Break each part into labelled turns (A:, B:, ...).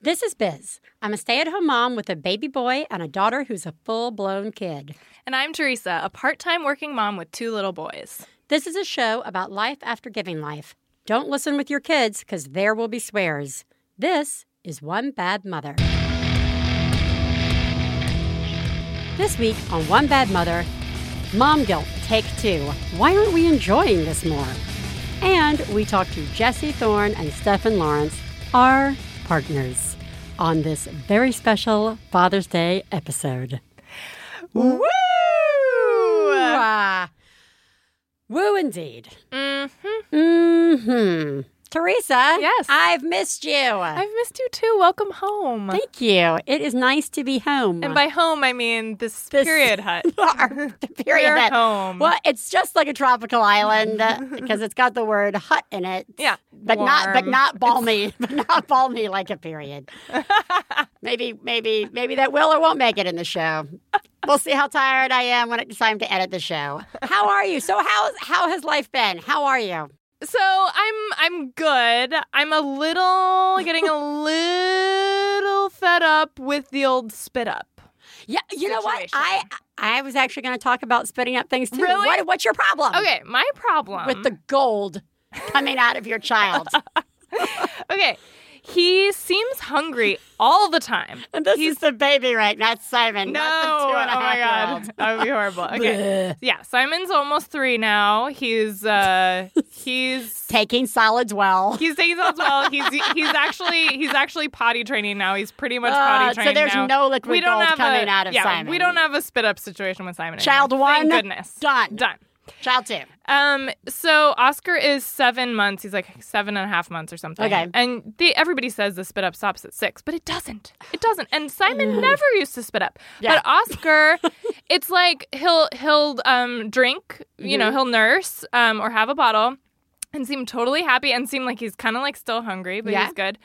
A: This is Biz. I'm a stay at home mom with a baby boy and a daughter who's a full blown kid.
B: And I'm Teresa, a part time working mom with two little boys.
A: This is a show about life after giving life. Don't listen with your kids because there will be swears. This is One Bad Mother. This week on One Bad Mother, Mom Guilt Take Two. Why aren't we enjoying this more? And we talk to Jesse Thorne and Stefan Lawrence, our partners, on this very special Father's Day episode.
B: Woo!
A: Ah, woo indeed.
B: hmm
A: hmm Teresa.
B: Yes.
A: I've missed you.
B: I've missed you too. Welcome home.
A: Thank you. It is nice to be home.
B: and by home, I mean this,
A: This-
B: period hut.
A: Our period.
B: We're
A: hut.
B: home.
A: Well, it's just like a tropical island uh, because it's got the word hut in it.
B: Yeah,
A: But not but
B: warm.
A: not balmy, but not balmy like a period. maybe maybe maybe that will or won't make it in the show. We'll see how tired I am when it's time to edit the show. How are you? So how how has life been? How are you?
B: So I'm I'm good. I'm a little getting a little fed up with the old spit up.
A: Yeah, you know what?
B: Situation.
A: I I was actually going to talk about spitting up things too.
B: Really?
A: What, what's your problem?
B: Okay, my problem
A: With the gold coming out of your child.
B: Okay. He seems hungry all the time.
A: and this
B: He's
A: is the baby right, not Simon.
B: no,
A: Not the two
B: oh
A: and a half
B: my
A: year
B: god,
A: old.
B: that would be horrible. Okay,
A: Bleh.
B: yeah, Simon's almost three now. He's uh, he's
A: taking solids well.
B: he's taking those well. He's he's actually he's actually potty training now. He's pretty much
A: Uh,
B: potty
A: so
B: training
A: there's
B: now.
A: no liquid
B: we don't
A: gold
B: have
A: coming
B: a,
A: out of
B: yeah,
A: Simon.
B: We don't have a spit up situation with Simon.
A: Child
B: anymore.
A: one,
B: Thank goodness,
A: done.
B: done.
A: Child two.
B: Um, so Oscar is seven months. He's like seven and a half months or something.
A: Okay.
B: And the, everybody says the spit up stops at six, but it doesn't. It doesn't. And Simon never used to spit up.
A: Yeah.
B: But Oscar, it's like he'll he'll um drink, you
A: Mm-hmm.
B: know, he'll nurse um or have a bottle, and seem totally happy and seem like he's kind of like still hungry, but
A: Yeah.
B: he's good.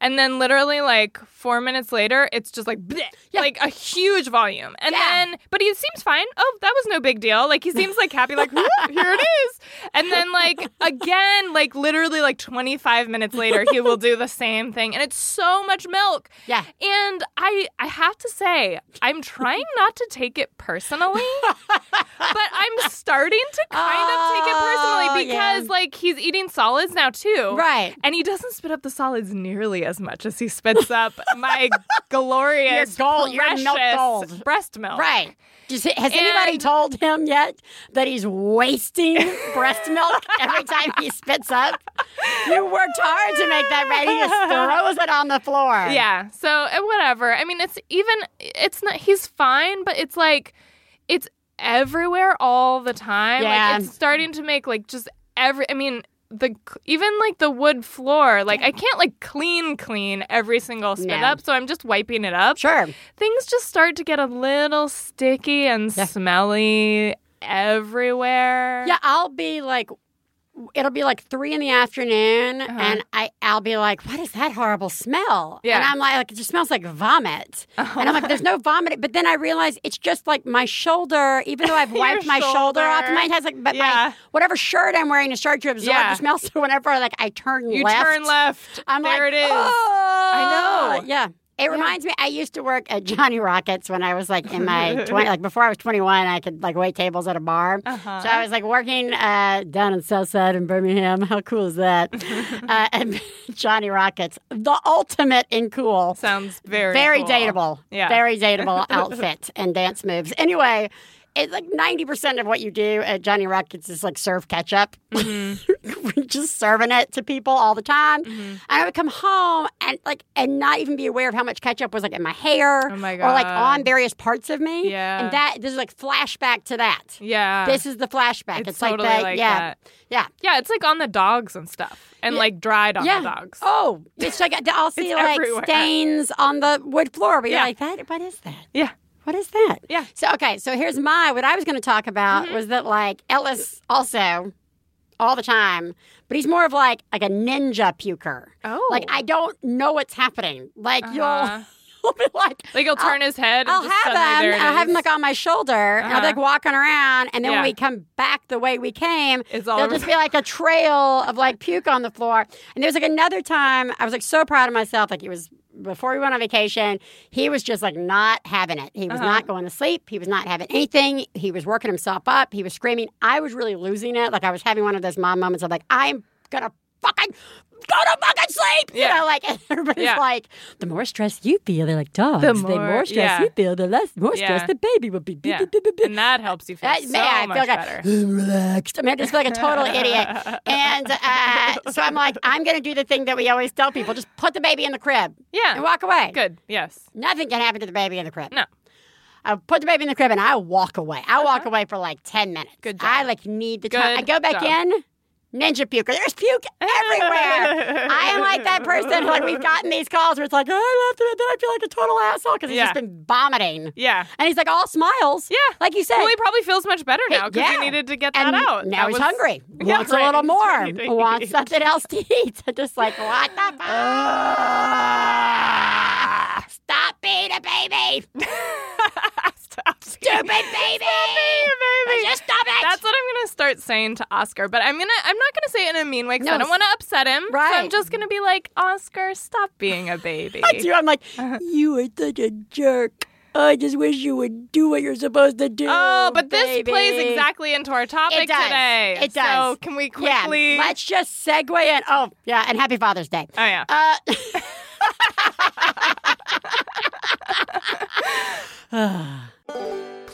B: And then literally like four minutes later, it's just like bleh,
A: Yeah.
B: like a huge volume. And
A: Yeah.
B: then but he seems fine. Oh, that was no big deal. Like he seems like happy, like "Whoop, here it is. And then like again, like literally like 25 minutes later, he will do the same thing. And it's so much milk.
A: Yeah.
B: And I I have to say, I'm trying not to take it personally, but I'm starting to kind of take it personally
A: Oh, yeah.
B: because like he's eating solids now too.
A: Right.
B: And he doesn't spit up the solids nearly as much as he spits up my glorious
A: Your gold- your
B: precious
A: milk gold.
B: breast milk.
A: Right. Does he- has anybody
B: And-
A: told him yet that he's wasting breast milk every time he spits up? You worked hard to make that right. He just throws it on the floor.
B: Yeah. So eh, whatever. I mean, it's even. It's not. He's fine, but it's like, it's everywhere all the time.
A: Yeah.
B: Like it's starting to make like just every. I mean. The even like the wood floor, like I can't like clean clean every single spit
A: No.
B: up, so I'm just wiping it up.
A: Sure.
B: Things just start to get a little sticky and
A: Yeah.
B: smelly everywhere.
A: Yeah, I'll be like, it'll be like three in the afternoon,
B: Uh-huh.
A: and I I'll be like, what is that horrible smell?
B: Yeah. Uh-huh.
A: and I'm like, it just smells like vomit, and I'm like, there's no vomit. But then I realize it's just like my shoulder, even though I've
B: Your
A: wiped my shoulder off,
B: shoulder.
A: mine has like, but
B: Yeah.
A: my whatever shirt I'm wearing is starting to absorb
B: Yeah.
A: the smell. So whenever like I turn
B: You
A: left,
B: turn left.
A: I'm
B: there
A: like,
B: it is.
A: "Oh!"
B: I know.
A: Yeah. It reminds me, I used to work at Johnny Rockets when I was like in my 20, like before I was 21, I could like wait tables at a bar.
B: Uh-huh.
A: So I was like working uh, down in South Side in Birmingham. How cool is that? uh, and Johnny Rockets, the ultimate in cool.
B: Sounds very
A: very
B: cool.
A: dateable.
B: Yeah.
A: Very dateable outfit and dance moves. Anyway, it's like 90% of what you do at Johnny Rockets is like serve ketchup.
B: Mm-hmm.
A: We're just serving it to people all the time. And I would come home and like and not even be aware of how much ketchup was like in my hair
B: Oh my
A: or like
B: God.
A: on various parts of me.
B: Yeah.
A: And that this is like flashback to that.
B: Yeah.
A: This is the flashback. It's,
B: it's, totally
A: like
B: like,
A: that. yeah.
B: that.
A: Yeah.
B: Yeah, it's like on the dogs and stuff. And like dried on
A: Yeah.
B: the dogs.
A: Oh, it's like I'll see like
B: everywhere.
A: stains on the wood floor. But
B: Yeah.
A: you're like, that, what is that?
B: Yeah.
A: What is that?
B: Yeah. Mm-hmm.
A: So okay, so here's my what I was going to talk about was that like Ellis also all the time, but he's more of like like a ninja puker.
B: Oh.
A: Like I don't know what's happening. Like
B: Uh-huh.
A: you'll you'll be like
B: Like he'll turn his head and
A: I'll
B: just
A: have
B: suddenly there
A: him.
B: it
A: I'll have him
B: is.
A: like on my shoulder, and I'll be
B: Uh-huh.
A: like walking around, and then
B: Yeah.
A: when we come back the way we came,
B: It's all
A: there'll just be like a trail of like puke on the floor. And there was like another time I was like so proud of myself, like it was before we went on vacation, he was just like not having it.
B: Uh-huh.
A: He was not going to sleep. He was not having anything. He was working himself up. He was screaming. I was really losing it. Like I was having one of those mom moments of like, I'm gonna fucking go to fucking sleep. You
B: Yeah.
A: know, like and everybody's
B: Yeah.
A: like, the more stress you feel, they're like dogs. The
B: The
A: more,
B: more-
A: stress
B: yeah.
A: you feel, the less more
B: Yeah.
A: stress the baby will be.
B: Yeah. and that helps you feel
A: That-
B: so
A: man, I feel
B: much
A: like I-
B: better.
A: relaxed. I mean, I just feel like a total idiot. And uh, so I'm like, I'm going to do the thing that we always tell people just put the baby in the crib and
B: Yeah,
A: walk away.
B: good. Yes,
A: Nothing can happen to the baby in the crib.
B: No.
A: I put the baby in the crib and I walk away. I walk away for like 10 minutes.
B: Uh-huh. Good
A: I
B: job.
A: like need the
B: Good
A: time. I go back
B: job.
A: in, ninja puke. There's puke everywhere. I am like that person. Like we've gotten these calls where it's like, "Oh, I left it, and then I feel like a total asshole because he's
B: Yeah.
A: just been vomiting,
B: Yeah,
A: and he's like all smiles,
B: yeah.
A: like you said.
B: Well, he probably feels much better
A: Hey,
B: now because
A: yeah.
B: he needed to get
A: and
B: that out.
A: now
B: That
A: he's
B: was-
A: hungry.
B: Yeah,
A: Wants
B: right.
A: a little
B: He's ready to
A: more. Wants
B: eat.
A: something else to eat. I'm just like, what the
B: Ah.
A: fuck? Stop being a baby,
B: Stop.
A: stupid baby.
B: baby.
A: Just stop it.
B: That's what I'm gonna start saying to Oscar, but I'm gonna I'm not gonna say it in a mean way because
A: No,
B: I don't want to upset him.
A: right.
B: So I'm just gonna be like, Oscar, stop being a baby.
A: I do. I'm like,
B: Uh-huh.
A: you are such a jerk. I just wish you would do what you're supposed to do.
B: Oh, but this plays
A: baby."
B: exactly into our topic
A: does.
B: today.
A: It does.
B: So can we quickly?
A: Yeah, let's just segue in. Oh, yeah, and happy Father's Day.
B: Oh yeah.
A: Uh,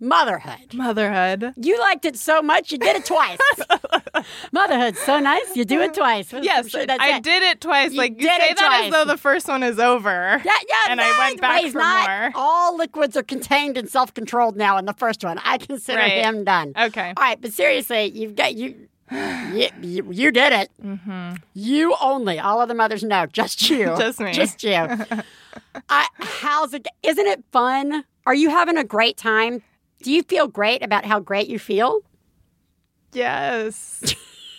A: motherhood.
B: Motherhood.
A: You liked it so much, you did it twice. Motherhood's so nice, you do it twice. I'm
B: Yes,
A: sure that's
B: I
A: it.
B: did it twice.
A: You
B: like you
A: did
B: say
A: it
B: that
A: twice.
B: as though the first one is over.
A: Yeah, yeah,
B: And I went
A: no,
B: back
A: he's
B: for
A: not,
B: more.
A: All liquids are contained and self-controlled now. In the first one, I consider
B: Right.
A: him done.
B: Okay.
A: All right, but seriously, you've got you. You, you, you did it.
B: Mm-hmm.
A: You only. All other mothers know. Just you.
B: Just me.
A: Just you. I, how's it? Isn't it fun? Are you having a great time? Do you feel great about how great you feel?
B: Yes.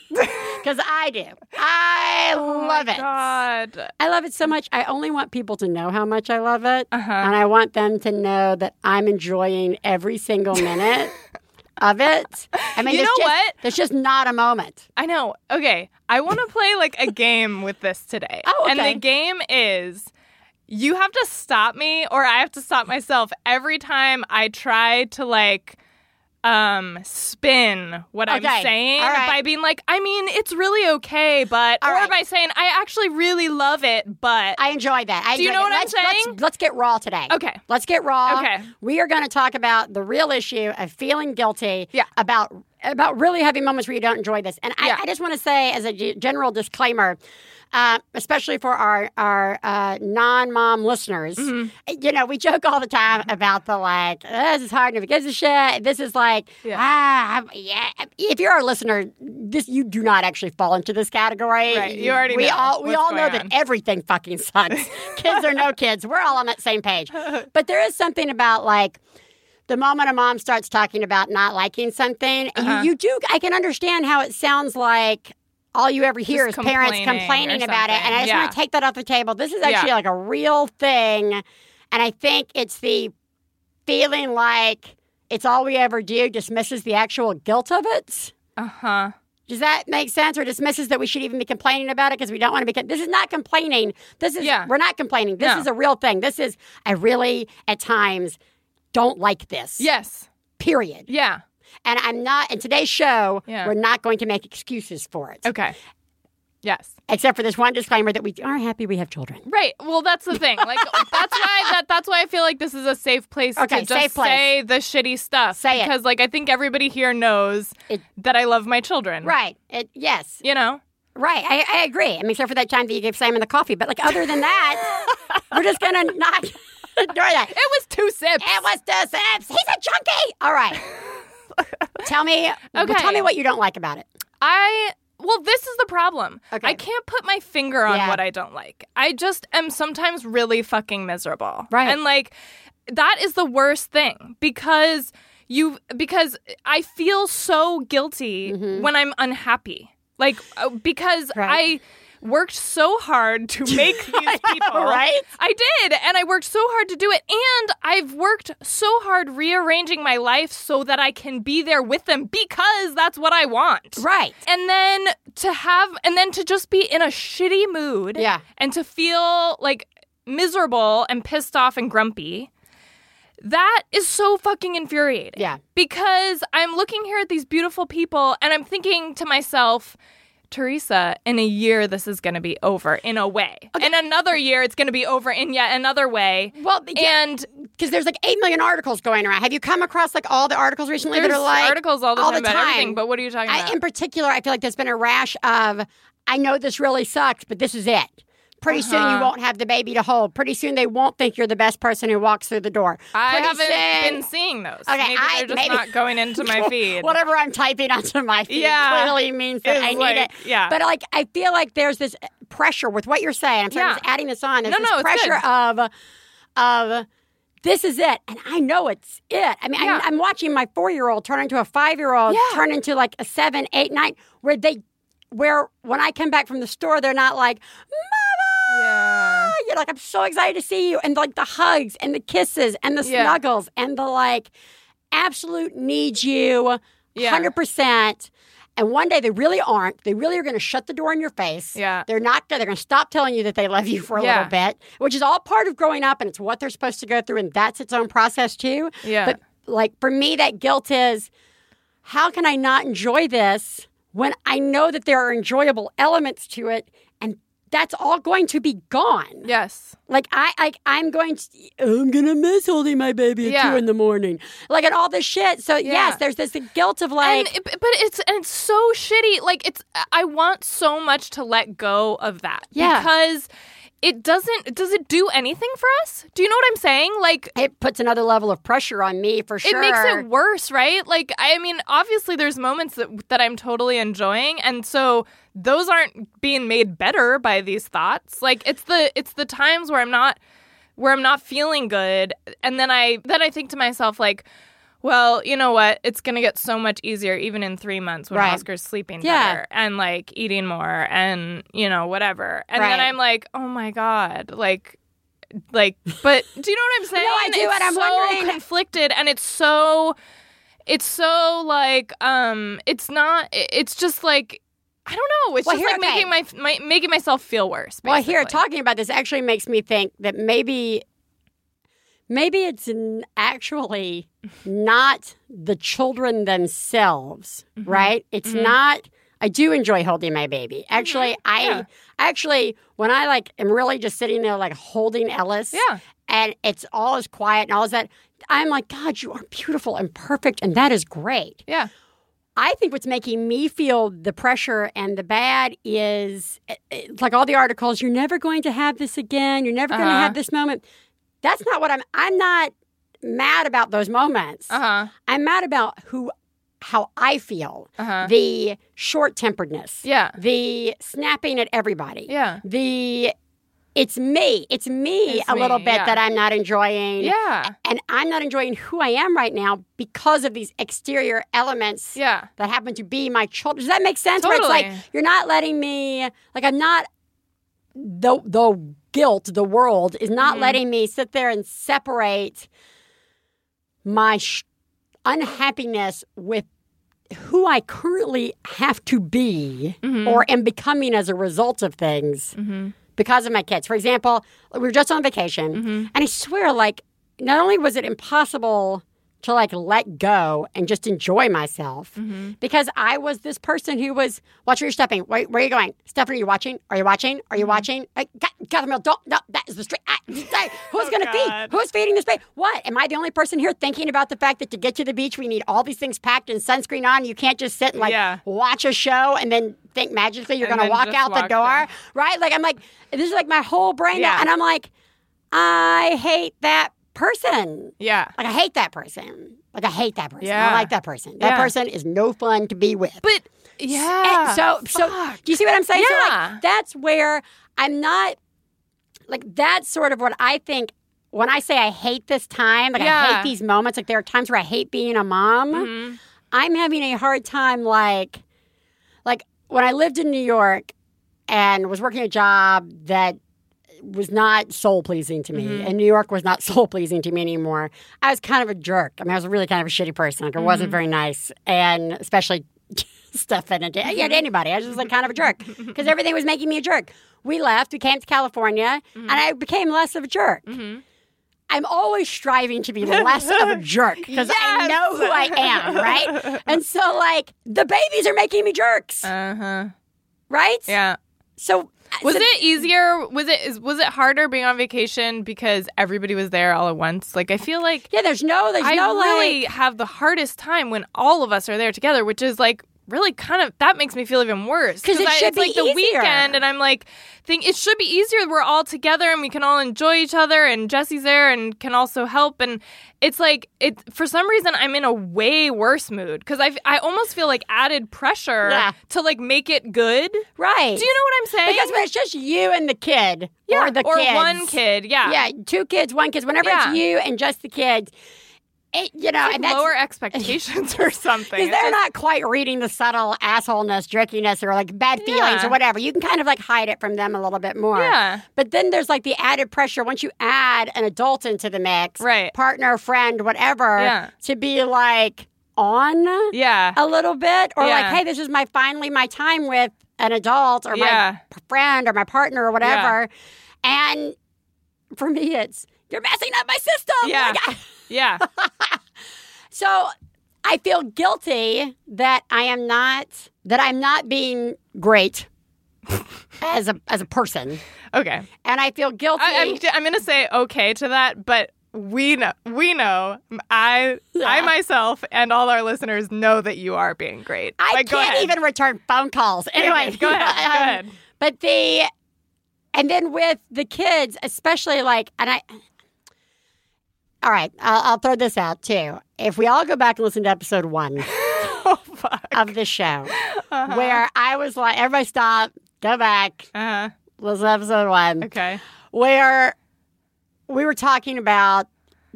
A: Because I do. I love it.
B: Oh God.
A: I love it so much. I only want people to know how much I love it.
B: Uh huh.
A: and I want them to know that I'm enjoying every single minute of it. I mean,
B: You
A: there's
B: know
A: just,
B: what?
A: There's just not a moment.
B: I know. Okay. I want to play like a game with this today.
A: Oh,
B: And
A: okay.
B: the game is you have to stop me or I have to stop myself every time I try to like um spin what
A: Okay.
B: I'm saying
A: All right.
B: by being like, I mean, it's really okay, but
A: All
B: or
A: right.
B: by saying I actually really love it, but
A: I enjoy that. I
B: Do you
A: enjoy
B: know
A: that.
B: what I'm
A: let's, let's-
B: saying?
A: Let's, get raw today.
B: Okay.
A: Let's get raw.
B: Okay.
A: We are going to talk about the real issue of feeling guilty.
B: Yeah.
A: About about really having moments where you don't enjoy this, and I,
B: Yeah.
A: I just want to say as a g- general disclaimer. Uh, especially for our our uh, non-mom listeners,
B: Mm-hmm.
A: you know we joke all the time about the like "Oh, this is hard nobody gives a shit. This is like
B: Yeah.
A: ah I'm- yeah. If you're our listener, this you do not actually fall into this category.
B: Right. You already
A: we
B: know
A: all we
B: what's
A: all know
B: going
A: that
B: on.
A: everything fucking sucks. kids or no kids, we're all on that same page. But there is something about like the moment a mom starts talking about not liking something,
B: Uh-huh.
A: you, you do. I can understand how it sounds like all you ever hear
B: Just
A: is parents
B: complaining or
A: complaining about it, and I just
B: something.
A: want to take that off the table. This is
B: Yeah.
A: actually like a real thing, and I think it's the feeling like it's all we ever do dismisses the actual guilt of it.
B: uh-huh.
A: Does that make sense, or dismisses that we should even be complaining about it because we don't want to be? con- This is not complaining. This is
B: Yeah.
A: we're not complaining. This
B: No.
A: is a real thing. This is I really at times don't like this.
B: Yes.
A: Period.
B: Yeah.
A: And I'm not in today's show.
B: Yeah.
A: We're not going to make excuses for it,
B: Okay. Yes.
A: except for this one disclaimer that we are happy we have children.
B: Right. Well, that's the thing. Like that's why that that's why I feel like this is a safe place
A: Okay,
B: to
A: safe
B: just
A: place.
B: say the shitty stuff.
A: Say it.
B: because like I think everybody here knows
A: It-
B: that I love my children.
A: Right. It, yes.
B: You know.
A: Right. I, I agree. I mean, except for that time that you gave Simon the coffee. But like, other than that, we're just gonna not ignore that.
B: It was two sips.
A: It was the Sips. He's a junkie. All right. tell me.
B: Okay.
A: Tell me what you don't like about it.
B: I well, this is the problem.
A: Okay.
B: I can't put my finger on
A: Yeah.
B: what I don't like. I just am sometimes really fucking miserable.
A: Right.
B: And like that is the worst thing because you because I feel so guilty when I'm unhappy. Like uh, because
A: Mm-hmm. Right.
B: I worked so hard to make these people,
A: Right?
B: I did, and I worked so hard to do it, and I've worked so hard rearranging my life so that I can be there with them because that's what I want.
A: Right.
B: And then to have, and then to just be in a shitty mood.
A: Yeah.
B: And to feel like miserable and pissed off and grumpy. That is so fucking infuriating.
A: Yeah.
B: Because I'm looking here at these beautiful people and I'm thinking to myself, Teresa, in a year, this is going to be over in a way. In another year, it's going to be over in yet another way.
A: Well, yeah,
B: and
A: because there's like eight million articles going around. Have you come across like all the articles recently
B: there's
A: that are like
B: articles all the time about everything, but what are you talking about?
A: I, in particular, I feel like there's been a rash of, I know this really sucks, but this is it. Pretty soon you
B: Uh-huh.
A: won't have the baby to hold. Pretty soon they won't think you're the best person who walks through the door.
B: I
A: Pretty
B: haven't
A: soon-
B: been seeing those.
A: Okay,
B: maybe
A: I-
B: they're just
A: maybe-
B: not going into my feed.
A: Whatever I'm typing onto my feed
B: Yeah.
A: clearly means that
B: It's
A: I need
B: like-
A: it.
B: yeah.
A: But like, I feel like there's this pressure with what you're saying. I'm sorry, I'm
B: Yeah.
A: just adding this on. There's
B: No,
A: this
B: no, it's
A: pressure of, of this is it, and I know it's it. I mean,
B: Yeah.
A: I'm, I'm watching my four year old turn into a five year old,
B: Yeah.
A: turn into like a seven, eight, nine, where they, where when I come back from the store, they're not like, Mama,
B: yeah.
A: you're like, I'm so excited to see you. And like the hugs and the kisses and the
B: Yeah.
A: snuggles and the like absolute need you
B: Yeah.
A: 100%. And one day they really aren't. They really are going to shut the door in your face.
B: Yeah.
A: They're not going to, they're going to stop telling you that they love you for a
B: Yeah.
A: little bit, which is all part of growing up and it's what they're supposed to go through. And that's its own process too.
B: Yeah.
A: But like for me, that guilt is how can I not enjoy this when I know that there are enjoyable elements to it and that's all going to be gone.
B: Yes.
A: Like I like I'm going to I'm gonna miss holding my baby at
B: Yeah.
A: two in the morning. Like and all this shit. So
B: Yeah.
A: yes, there's this guilt of like
B: and it- but it's and it's so shitty. Like it's I want so much to let go of that.
A: Yeah.
B: Because it doesn't does it do anything for us? Do you know what I'm saying? Like
A: it puts another level of pressure on me for sure.
B: It makes it worse, right? Like, I mean, obviously, there's moments that that I'm totally enjoying, and so those aren't being made better by these thoughts. Like, it's the it's the times where I'm not where I'm not feeling good, and then I then I think to myself like. Well, you know what? It's going to get so much easier even in three months when
A: Right.
B: Oscar's sleeping
A: Yeah.
B: better and like eating more and, you know, whatever. And then
A: Right.
B: I'm like, oh my God, like like but do you know what i'm saying
A: I do,
B: it's
A: and I'm
B: so
A: wondering-
B: conflicted and it's so it's so like um it's not it- it's just like i don't know it's
A: Well,
B: just
A: here-
B: like making my, my making myself feel worse
A: Well here
B: basically.
A: talking about this actually makes me think that maybe maybe it's n- actually not the children themselves,
B: Mm-hmm.
A: right? It's not I do enjoy holding my baby. Actually, I
B: Mm-hmm. Yeah.
A: actually when I like am really just sitting there like holding Ellis.
B: yeah
A: and it's all as quiet and all as that. I'm like, God, you are beautiful and perfect, and that is great.
B: yeah
A: I think what's making me feel the pressure and the bad is it- it's like all the articles, you're never going to have this again. You're never going to
B: Uh-huh.
A: have this moment. That's not what I'm, I'm not mad about those moments.
B: uh-huh
A: I'm mad about who, how I feel,
B: uh-huh
A: the short temperedness,
B: yeah
A: the snapping at everybody
B: yeah
A: the it's me it's me
B: It's
A: a
B: me,
A: little bit
B: yeah.
A: that i'm not enjoying
B: yeah
A: and i'm not enjoying who i am right now because of these exterior elements
B: yeah
A: that happen to be my children does that make sense where it's
B: Totally.
A: like you're not letting me like i'm not the the guilt the world is not
B: Mhm.
A: letting me sit there and separate my sh- unhappiness with who i currently have to be or am becoming as a result of things
B: mm-hmm.
A: because of my kids. For example, we were just on vacation,
B: Mhm.
A: and I swear, like, not only was it impossible to like let go and just enjoy myself
B: Mhm.
A: because I was this person who was watching your stepping. Where, where are you going, Stephanie? Are you watching? Are you watching? Are you
B: Mm-hmm.
A: watching? Like, Ga- Catherine, Mill, don't. No, that is the street. I, I- who's
B: Oh,
A: going to feed?
B: God.
A: Who's feeding this baby? What? Am I the only person here thinking about the fact that to get to the beach we need all these things packed and sunscreen on? You can't just sit and like
B: Yeah.
A: watch a show and then think magically you're
B: And
A: going to
B: then
A: walk
B: just
A: out the
B: walk down.
A: door right? Like I'm like this is like my whole brain now,
B: Yeah.
A: and I'm like, I hate that person.
B: yeah
A: Like I hate that person. Like I hate that person. I
B: Yeah.
A: don't like that person. That
B: Yeah.
A: person is no fun to be with.
B: but yeah
A: And eh, so so
B: Fuck.
A: do you see what I'm saying? So
B: Yeah.
A: like that's where I'm not like that's sort of what I think when I say I hate this time, like I
B: Yeah.
A: hate these moments, like there are times where I hate being a mom.
B: Mhm.
A: I'm having a hard time like like when I lived in New York and was working a job that was not soul pleasing to me and New York was not soul pleasing to me anymore. I was kind of a jerk. I mean I was really kind of a shitty person. Like I wasn't very nice and especially Stefan and yeah, to anybody. I was just like kind of a jerk because everything was making me a jerk. We left, we came to California, and I became less of a jerk.
B: Mhm.
A: I'm always striving to be less of a jerk because I
B: Yes!
A: know who I am, right? And so, like, the babies are making me jerks,
B: Uh huh.
A: right?
B: Yeah.
A: So,
B: Was
A: so-
B: it easier? Was it is, was it harder being on vacation because everybody was there all at once? Like I feel like
A: Yeah, there's no, there's
B: I
A: no
B: really
A: like.
B: have the hardest time when all of us are there together, which is like really kind of that makes me feel even worse
A: 'Cause it
B: I-
A: should
B: it's like
A: be
B: the
A: easier.
B: weekend and I'm like think it should be easier we're all together and we can all enjoy each other and Jesse's there and can also help and it's like it for some reason I'm in a way worse mood cuz I I almost feel like added pressure
A: Yeah.
B: to like make it good
A: Right.
B: do you know what I'm saying
A: Because when it's just you and the kid,
B: yeah,
A: or the
B: or
A: kids.
B: one kid. Yeah,
A: Yeah, two kids, one kid. Whenever
B: Yeah.
A: it's you and just the kids, it, you know, and that's
B: lower expectations or something.
A: Because
B: It's just-
A: they're not quite reading the subtle assholeness, jerkiness, or like bad feelings
B: Yeah.
A: or whatever. You can kind of like hide it from them a little bit more.
B: Yeah.
A: But then there's like the added pressure once you add an adult into the mix,
B: Right.
A: Partner, friend, whatever,
B: Eh. Yeah.
A: to be like on
B: Yeah.
A: a little bit, or
B: Yeah.
A: like, hey, this is my finally my time with an adult or
B: Yeah.
A: my p- friend or my partner or whatever. And for me, it's you're messing up my system.
B: Yeah.
A: Like, I-
B: Yeah.
A: so I feel guilty that I am not that I'm not being great as a as a person,
B: Okay.
A: and I feel guilty.
B: I, I'm I'm gonna say okay to that, but we know we know I I
A: Yeah.
B: myself and all our listeners know that you are being great.
A: I
B: But
A: can't
B: go ahead.
A: even return phone calls. Anyway,
B: go ahead.
A: um,
B: Go ahead.
A: But the and then with the kids, especially like, and I. All right, I'll, I'll throw this out too. If we all go back and listen to episode one
B: Oh fuck.
A: of this show,
B: Uh-huh.
A: where I was like, everybody stop, go back,
B: Uh-huh.
A: listen to episode one,
B: Okay.
A: where we were talking about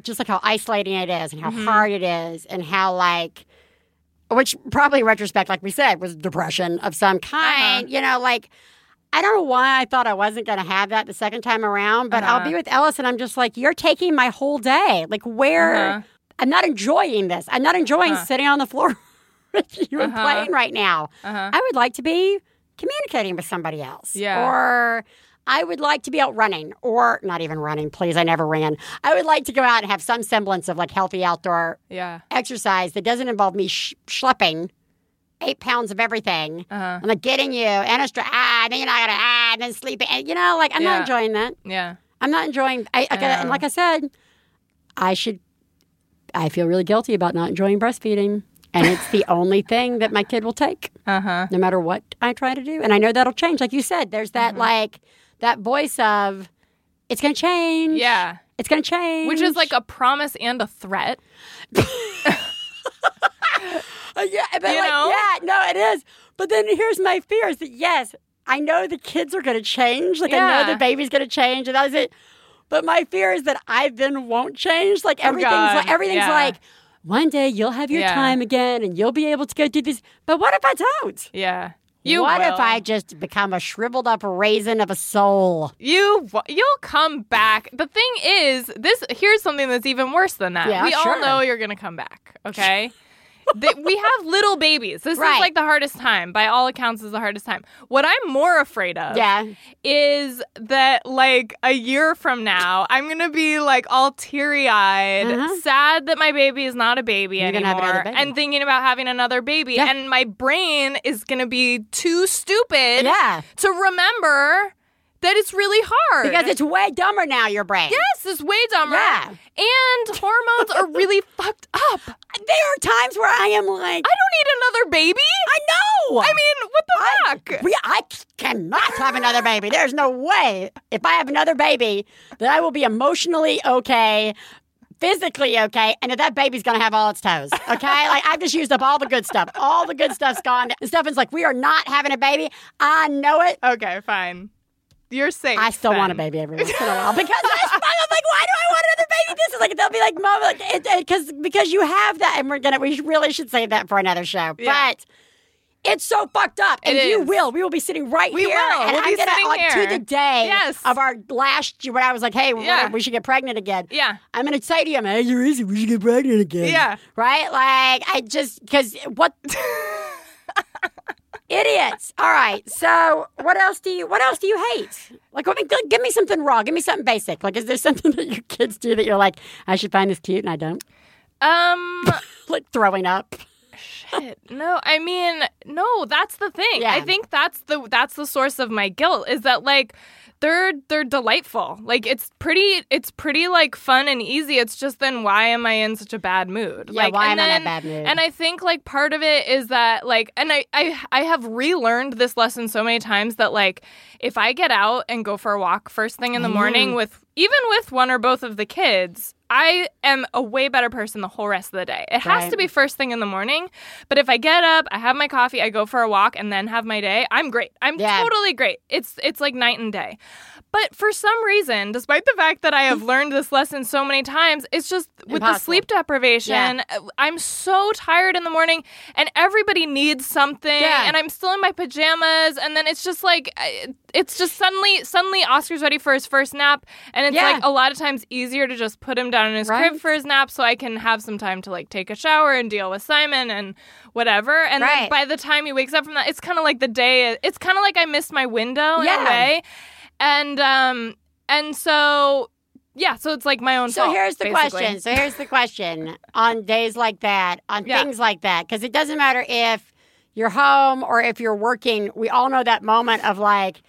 A: just like how isolating it is and how
B: Mm-hmm.
A: hard it is and how like which probably in retrospect like we said was depression of some
B: Uh-huh.
A: kind you know like i don't know why i thought i wasn't going to have that the second time around but i'll
B: Uh-huh.
A: be with ellis and i'm just like you're taking my whole day like where
B: Uh-huh.
A: i'm not enjoying this i'm not enjoying
B: Uh-huh.
A: sitting on the floor with you and
B: Uh-huh.
A: playing right now
B: Uh-huh.
A: I would like to be communicating with somebody else.
B: Yeah.
A: Or I would like to be out running or not even running, please. I never ran. I would like to go out and have some semblance of like healthy outdoor
B: Yeah.
A: exercise that doesn't involve me sh- schlepping eight pounds of everything.
B: Uh-huh.
A: I'm like getting you and a stra- ah, and then you're not gonna ah, and then sleeping. And, you know, like I'm
B: Yeah.
A: not enjoying that.
B: Yeah.
A: I'm not enjoying. I, I gotta-
B: Yeah.
A: and like I said, I should. I feel really guilty about not enjoying breastfeeding, and it's the only thing that my kid will take
B: Uh-huh.
A: no matter what I try to do. And I know that'll change. Like you said, there's that
B: Mm-hmm.
A: like that voice of it's gonna change.
B: Yeah.
A: It's gonna change.
B: Which is like a promise and a threat.
A: Uh, yeah, but
B: you
A: like,
B: know?
A: yeah, no, it is. But then here's my fear is that yes, I know the kids are gonna change. Like I
B: Yeah.
A: know the baby's gonna change and that is it. But my fear is that I then won't change. Like everything's
B: Oh, God,
A: like everything's
B: yeah.
A: like one day you'll have your
B: Yeah.
A: time again and you'll be able to go do this. But what if I don't?
B: Yeah. You
A: what
B: will.
A: if I just become a shriveled up raisin of a soul?
B: You wa- you'll come back. The thing is, this here's something that's even worse than that.
A: Yeah,
B: we
A: sure.
B: all know you're going to come back, okay? That we have little babies. This
A: Right.
B: is like the hardest time. By all accounts is the hardest time. What I'm more afraid of
A: Yeah.
B: is that like a year from now, I'm going to be like all teary-eyed,
A: Uh-huh.
B: sad that my baby is not a baby
A: You're gonna have
B: anymore
A: another baby.
B: and thinking about having another baby
A: Yeah.
B: and my brain is going to be too stupid
A: Yeah.
B: to remember that it's really hard
A: Because it's way dumber now, your brain.
B: Yes, it's way dumber.
A: Yeah.
B: And hormones are really fucked up. I
A: There are times where I am like,
B: don't need another baby.
A: I know.
B: I mean, what the fuck?
A: we, I c- cannot have another baby. There's no way. If I have another baby, that I will be emotionally okay, physically okay, and that that baby's going to have all its toes. Okay? like, I've just used up all the good stuff. All the good stuff's gone. And Stefan's like, we are not having a baby. I know it.
B: Okay, fine. You're safe.
A: I still want a
B: then.
A: baby every once in a while because I, am like, why do I want another baby? This is like they'll be like, Mom, like, it, it- cause, because you have that, and we're gonna we really should save that for another show.
B: Yeah.
A: But it's so fucked up, and
B: It
A: you
B: is.
A: will. We will be sitting right
B: We
A: here,
B: will.
A: and
B: We'll
A: I'm
B: be
A: gonna
B: sitting
A: like
B: here.
A: to the day
B: Yes.
A: of our last year when I was like, hey, we're
B: Yeah.
A: gonna- we should get pregnant again.
B: Yeah.
A: I'm gonna say to him, hey, you're easy. We should get pregnant again.
B: Yeah.
A: Right? Like I just because what idiots. All right. So what else do you what else do you hate? Like what, like, give me something raw. Give me something basic. Like is there something that your kids do that you're like, I should find this cute and I don't?
B: Um.
A: Like throwing up.
B: Shit. No, I mean, no, that's the thing.
A: Yeah.
B: I think that's the that's the source of my guilt is that like they're they're delightful. Like it's pretty it's pretty like fun and easy. It's just then why am I in such a bad mood?
A: Yeah,
B: like
A: why
B: and
A: am I in a
B: then-
A: bad mood?
B: And I think like part of it is that like and I, I I have relearned this lesson so many times that like if I get out and go for a walk first thing in the
A: Mm.
B: morning with even with one or both of the kids, I am a way better person the whole rest of the day. It has
A: Right.
B: to be first thing in the morning, but if I get up, I have my coffee, I go for a walk and then have my day, I'm great. I'm
A: Yeah.
B: totally great. It's it's like night and day. But for some reason, despite the fact that I have learned this lesson so many times, it's just with the
A: Impossible.
B: sleep deprivation, uh, I'm so tired in the morning and everybody needs something
A: Yeah.
B: and I'm still in my pajamas and then it's just like I- it's just suddenly suddenly Oscar's ready for his first nap and it's
A: Yeah.
B: like a lot of times easier to just put him down in his crib
A: Right.
B: for his nap so I can have some time to like take a shower and deal with Simon and whatever and
A: Right.
B: then by the time he wakes up from that it's kind of like the day it's kind of like I missed my window in
A: Yeah.
B: a way and um and so yeah so it's like my own
A: So
B: fault,
A: here's the
B: basically.
A: question. So here's the question. on days like that, on
B: Yeah.
A: things like that, because it doesn't matter if you're home or if you're working, we all know that moment of like,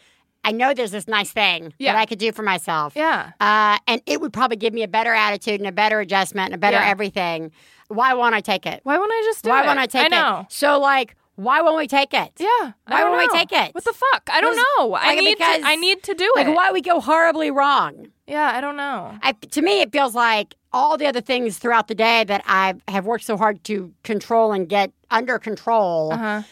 A: I know there's this nice thing
B: Yeah.
A: that I could do for myself.
B: yeah
A: Uh, and it would probably give me a better attitude and a better adjustment and a better
B: Yeah.
A: everything. Why won't I take it?
B: why won't I just do
A: why
B: it?
A: won't I take
B: I know.
A: it? So like, why won't we take it?
B: Yeah.
A: Why
B: I don't
A: won't we
B: know.
A: take it?
B: What the fuck? I don't
A: Was-
B: know. I
A: like,
B: need
A: because-
B: to, I need to do
A: Like
B: it.
A: why we go horribly wrong?
B: Yeah, I don't know.
A: I, to me, it feels like all the other things throughout the day that I have worked so hard to control and get under control,
B: Uh-huh.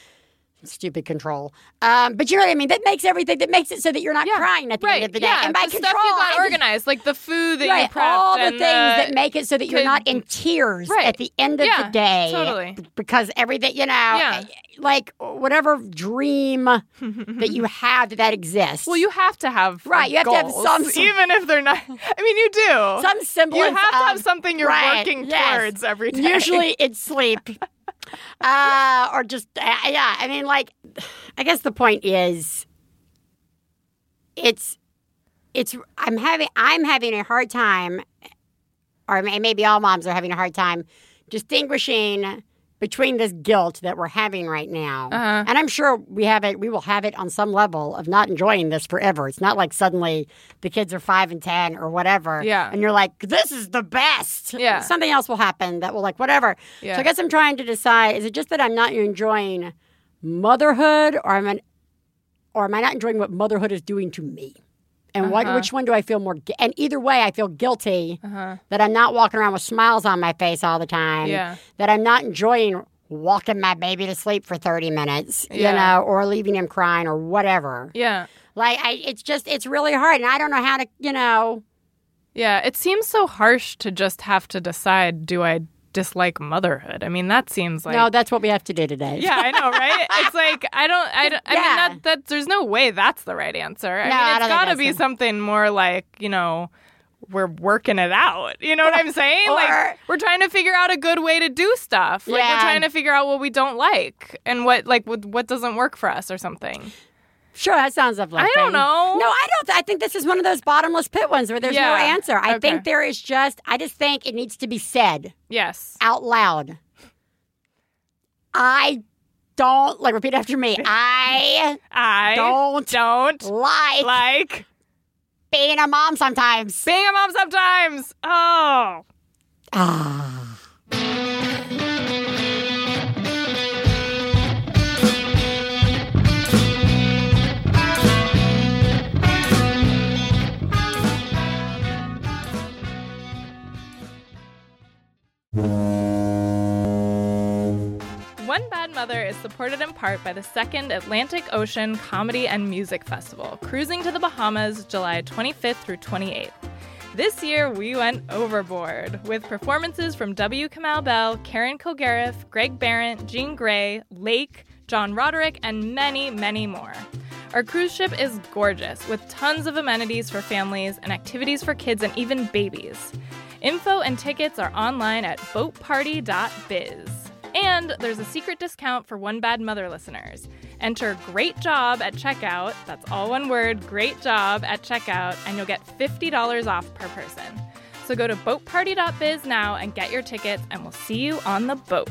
A: stupid control. Um, but you know what I mean? That makes everything, that makes it so that you're not
B: Yeah.
A: crying at the
B: Right.
A: end of the day.
B: yeah.
A: and by
B: the
A: control,
B: stuff you got
A: I just-
B: organized, like the food that
A: Right,
B: you prepped
A: all the
B: and
A: things that make it so that you're
B: to-
A: not in tears
B: Right.
A: at the end of
B: Yeah,
A: the day.
B: totally.
A: b- Because everything, you know, eh,
B: Yeah.
A: like whatever dream that you have that, that exists.
B: Well, you have to have
A: Right, you have to have
B: goals,
A: some sort-
B: even if they're not. I mean, you do.
A: some
B: you
A: semblance
B: have to have
A: of-
B: something you're
A: right,
B: working
A: yes.
B: towards every day.
A: Usually it's sleep. uh, or just, uh, yeah, I mean, like, I guess the point is it's, it's, I'm having, I'm having a hard time, or may- maybe all moms are having a hard time distinguishing between this guilt that we're having right now.
B: Uh-huh.
A: And I'm sure we have it, we will have it on some level of not enjoying this forever. It's not like suddenly the kids are five and 10 or whatever.
B: Yeah.
A: And you're like, this is the best.
B: Yeah.
A: Something else will happen that will like whatever.
B: Yeah.
A: So I guess I'm trying to decide: is it just that I'm not enjoying motherhood, or am I, or am I not enjoying what motherhood is doing to me? And what,
B: Uh-huh.
A: which one do I feel more? gu- And either way, I feel guilty
B: Uh-huh.
A: that I'm not walking around with smiles on my face all the time.
B: Yeah.
A: That I'm not enjoying walking my baby to sleep for 30 minutes,
B: Yeah.
A: you know, or leaving him crying or whatever.
B: Yeah.
A: Like, I, it's just, it's really hard. And I don't know how to, you know,
B: Yeah, it seems so harsh to just have to decide do I dislike motherhood? I mean, that seems like
A: no, that's what we have to do today.
B: Yeah, I know, right? It's like I don't I don't I
A: Yeah.
B: mean that that there's no way that's the right answer. I
A: No,
B: mean,
A: I
B: it's
A: don't think
B: got to
A: that's
B: be
A: the-
B: something more like, you know, we're working it out. You know what I'm saying?
A: Or-
B: like we're trying to figure out a good way to do stuff. Like
A: Yeah.
B: we're trying to figure out what we don't like and what like what, what doesn't work for us or something.
A: Sure, that sounds lovely.
B: I don't know.
A: No, I don't. I think this is one of those bottomless pit ones where there's no
B: Yeah.
A: answer. I
B: Okay.
A: think there is just. I just think it needs to be said
B: Yes.
A: out loud. I don't like repeat after me. I
B: I
A: don't
B: don't
A: like
B: like
A: being a mom sometimes.
B: being a mom sometimes. Oh.
A: Ah.
B: One Bad Mother is supported in part by the second Atlantic Ocean Comedy and Music Festival, cruising to the Bahamas July 25th through 28th. This year, we went overboard with performances from W. Kamau Bell, Karen Kilgariff, Greg Barrett, Jean Grey, Lake, John Roderick, and many, many more. Our cruise ship is gorgeous, with tons of amenities for families and activities for kids and even babies. Info and tickets are online at boatparty.biz. And there's a secret discount for One Bad Mother listeners. Enter great job at checkout, that's all one word, great job at checkout, and you'll get $50 off per person. So go to boatparty.biz now and get your tickets, and we'll see you on the boat.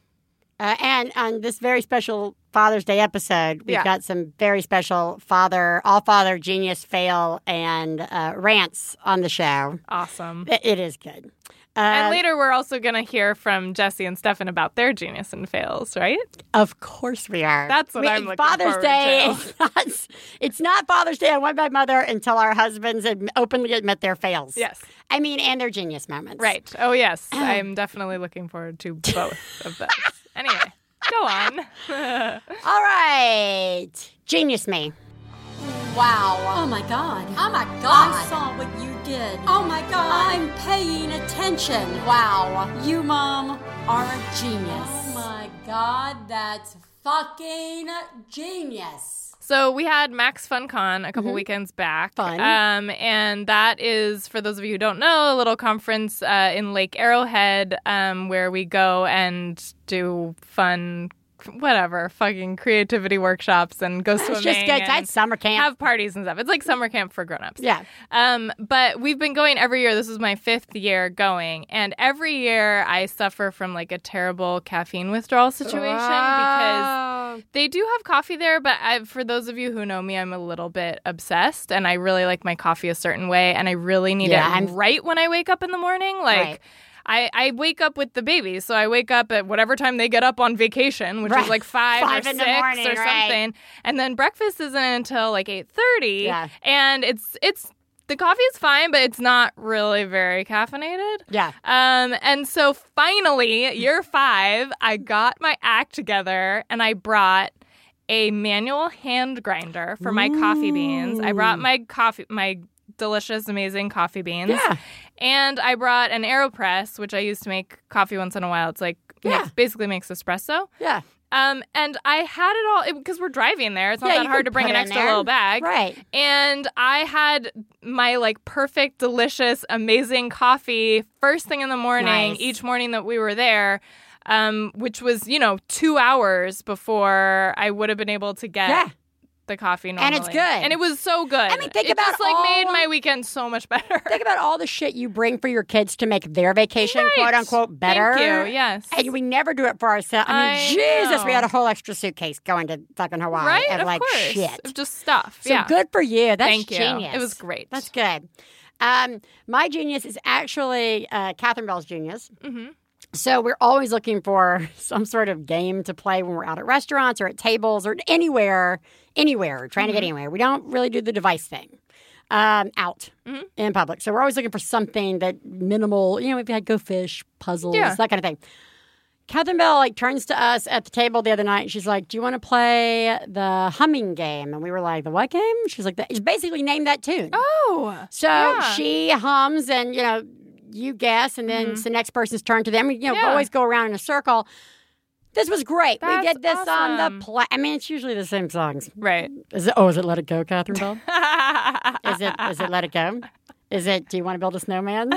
A: Uh, and on this very special Father's Day episode, we've
B: Yeah.
A: got some very special father, all father genius fail and uh, rants on the show.
B: Awesome.
A: It, it is good. Uh,
B: and later, we're also going to hear from Jesse and Stefan about their genius and fails, right?
A: Of course we are.
B: That's what
A: We-
B: I'm looking
A: Father's
B: forward
A: Day.
B: to.
A: Is not, it's not Father's Day on One Bad Mother until our husbands ad- openly admit their fails.
B: Yes.
A: I mean, and their genius moments.
B: Right. Oh, yes. I'm definitely looking forward to both of those. Anyway, go on.
A: All right. Genius me.
C: Wow.
D: Oh my god.
C: Oh my
D: I
C: god.
D: saw what you did.
C: Oh my god.
D: I'm paying attention.
C: Wow.
D: You, Mom, are a genius.
C: Oh my god, that's fucking genius.
B: So we had Max FunCon a couple weekends back.
A: Mm-hmm. Fun.
B: Um, and that is, for those of you who don't know, a little conference uh, in Lake Arrowhead um, where we go and do fun, whatever, fucking creativity workshops and go swimming.
A: It's just good.
B: and
A: That's summer camp.
B: have parties and stuff. It's like summer camp for grown-ups.
A: yeah.
B: Um, but we've been going every year. This is my fifth year going, and every year I suffer from like a terrible caffeine withdrawal situation because they do have coffee there. But I, for those of you who know me, I'm a little bit obsessed, and I really like my coffee a certain way, and I really need
A: Yeah,
B: it
A: I'm-
B: right when I wake up in the morning, like.
A: Right.
B: I, I wake up with the babies, so I wake up at whatever time they get up on vacation, which
A: Right.
B: is like five,
A: Five
B: or
A: in
B: six
A: the morning,
B: or something.
A: right.
B: And then breakfast isn't until like eight thirty.
A: Yeah.
B: And it's it's the coffee is fine, but it's not really very caffeinated.
A: Yeah.
B: Um, and so finally, year five, I got my act together and I brought a manual hand grinder for my coffee beans. I brought my coffee, my delicious, amazing coffee beans.
A: Yeah.
B: And I brought an AeroPress, which I use to make coffee once in a while. It's like
A: Yeah.
B: makes, basically makes espresso.
A: Yeah.
B: Um, and I had it all because we're driving there. It's not
A: Yeah,
B: that
A: you
B: hard
A: can
B: to bring
A: put
B: an
A: it in
B: extra
A: there.
B: little bag.
A: Right.
B: And I had my like perfect, delicious, amazing coffee first thing in the morning,
A: Nice.
B: each morning that we were there, um, which was, you know, two hours before I would have been able to get
A: Yeah.
B: the coffee normally.
A: And it's good.
B: And it was so good. I
A: mean, think
B: it
A: about
B: just like made
A: all-
B: my weekend so much better.
A: Think about all the shit you bring for your kids to make their vacation,
B: Right.
A: quote unquote, better.
B: Thank you. Yes.
A: And we never do it for ourselves. I mean,
B: I
A: Jesus, we
B: know.
A: had a whole extra suitcase going to fucking Hawaii
B: right?
A: of,
B: of
A: like
B: course.
A: shit.
B: Of Just stuff.
A: So
B: yeah.
A: good for you. That's
B: Thank you.
A: genius.
B: It was great.
A: That's good. Um, my genius is actually uh, Catherine Bell's genius.
B: hmm
A: So we're always looking for some sort of game to play when we're out at restaurants or at tables or anywhere, anywhere, trying to get
B: Mm-hmm.
A: anywhere. We don't really do the device thing um, out
B: Mhm.
A: in public. So we're always looking for something that minimal, you know, we've had go fish, puzzles,
B: Yeah.
A: that kind of thing. Catherine Bell like turns to us at the table the other night and she's like, Do you want to play the humming game? And we were like, The what game? She's like, that basically name that tune.
B: Oh.
A: So
B: Yeah.
A: she hums, and you know, you guess, and then it's the next person's turn to them. We, You know,
B: Mm-hmm. Yeah.
A: always go around in a circle. This was great.
B: That's
A: we did this on
B: awesome.
A: the play. I mean, it's usually the same songs.
B: Right.
A: Is it? Oh, is it "Let It Go," Catherine Bell?
B: Is
A: Is it? Is it "Let It Go"? Is it "Do You Want to Build a Snowman"?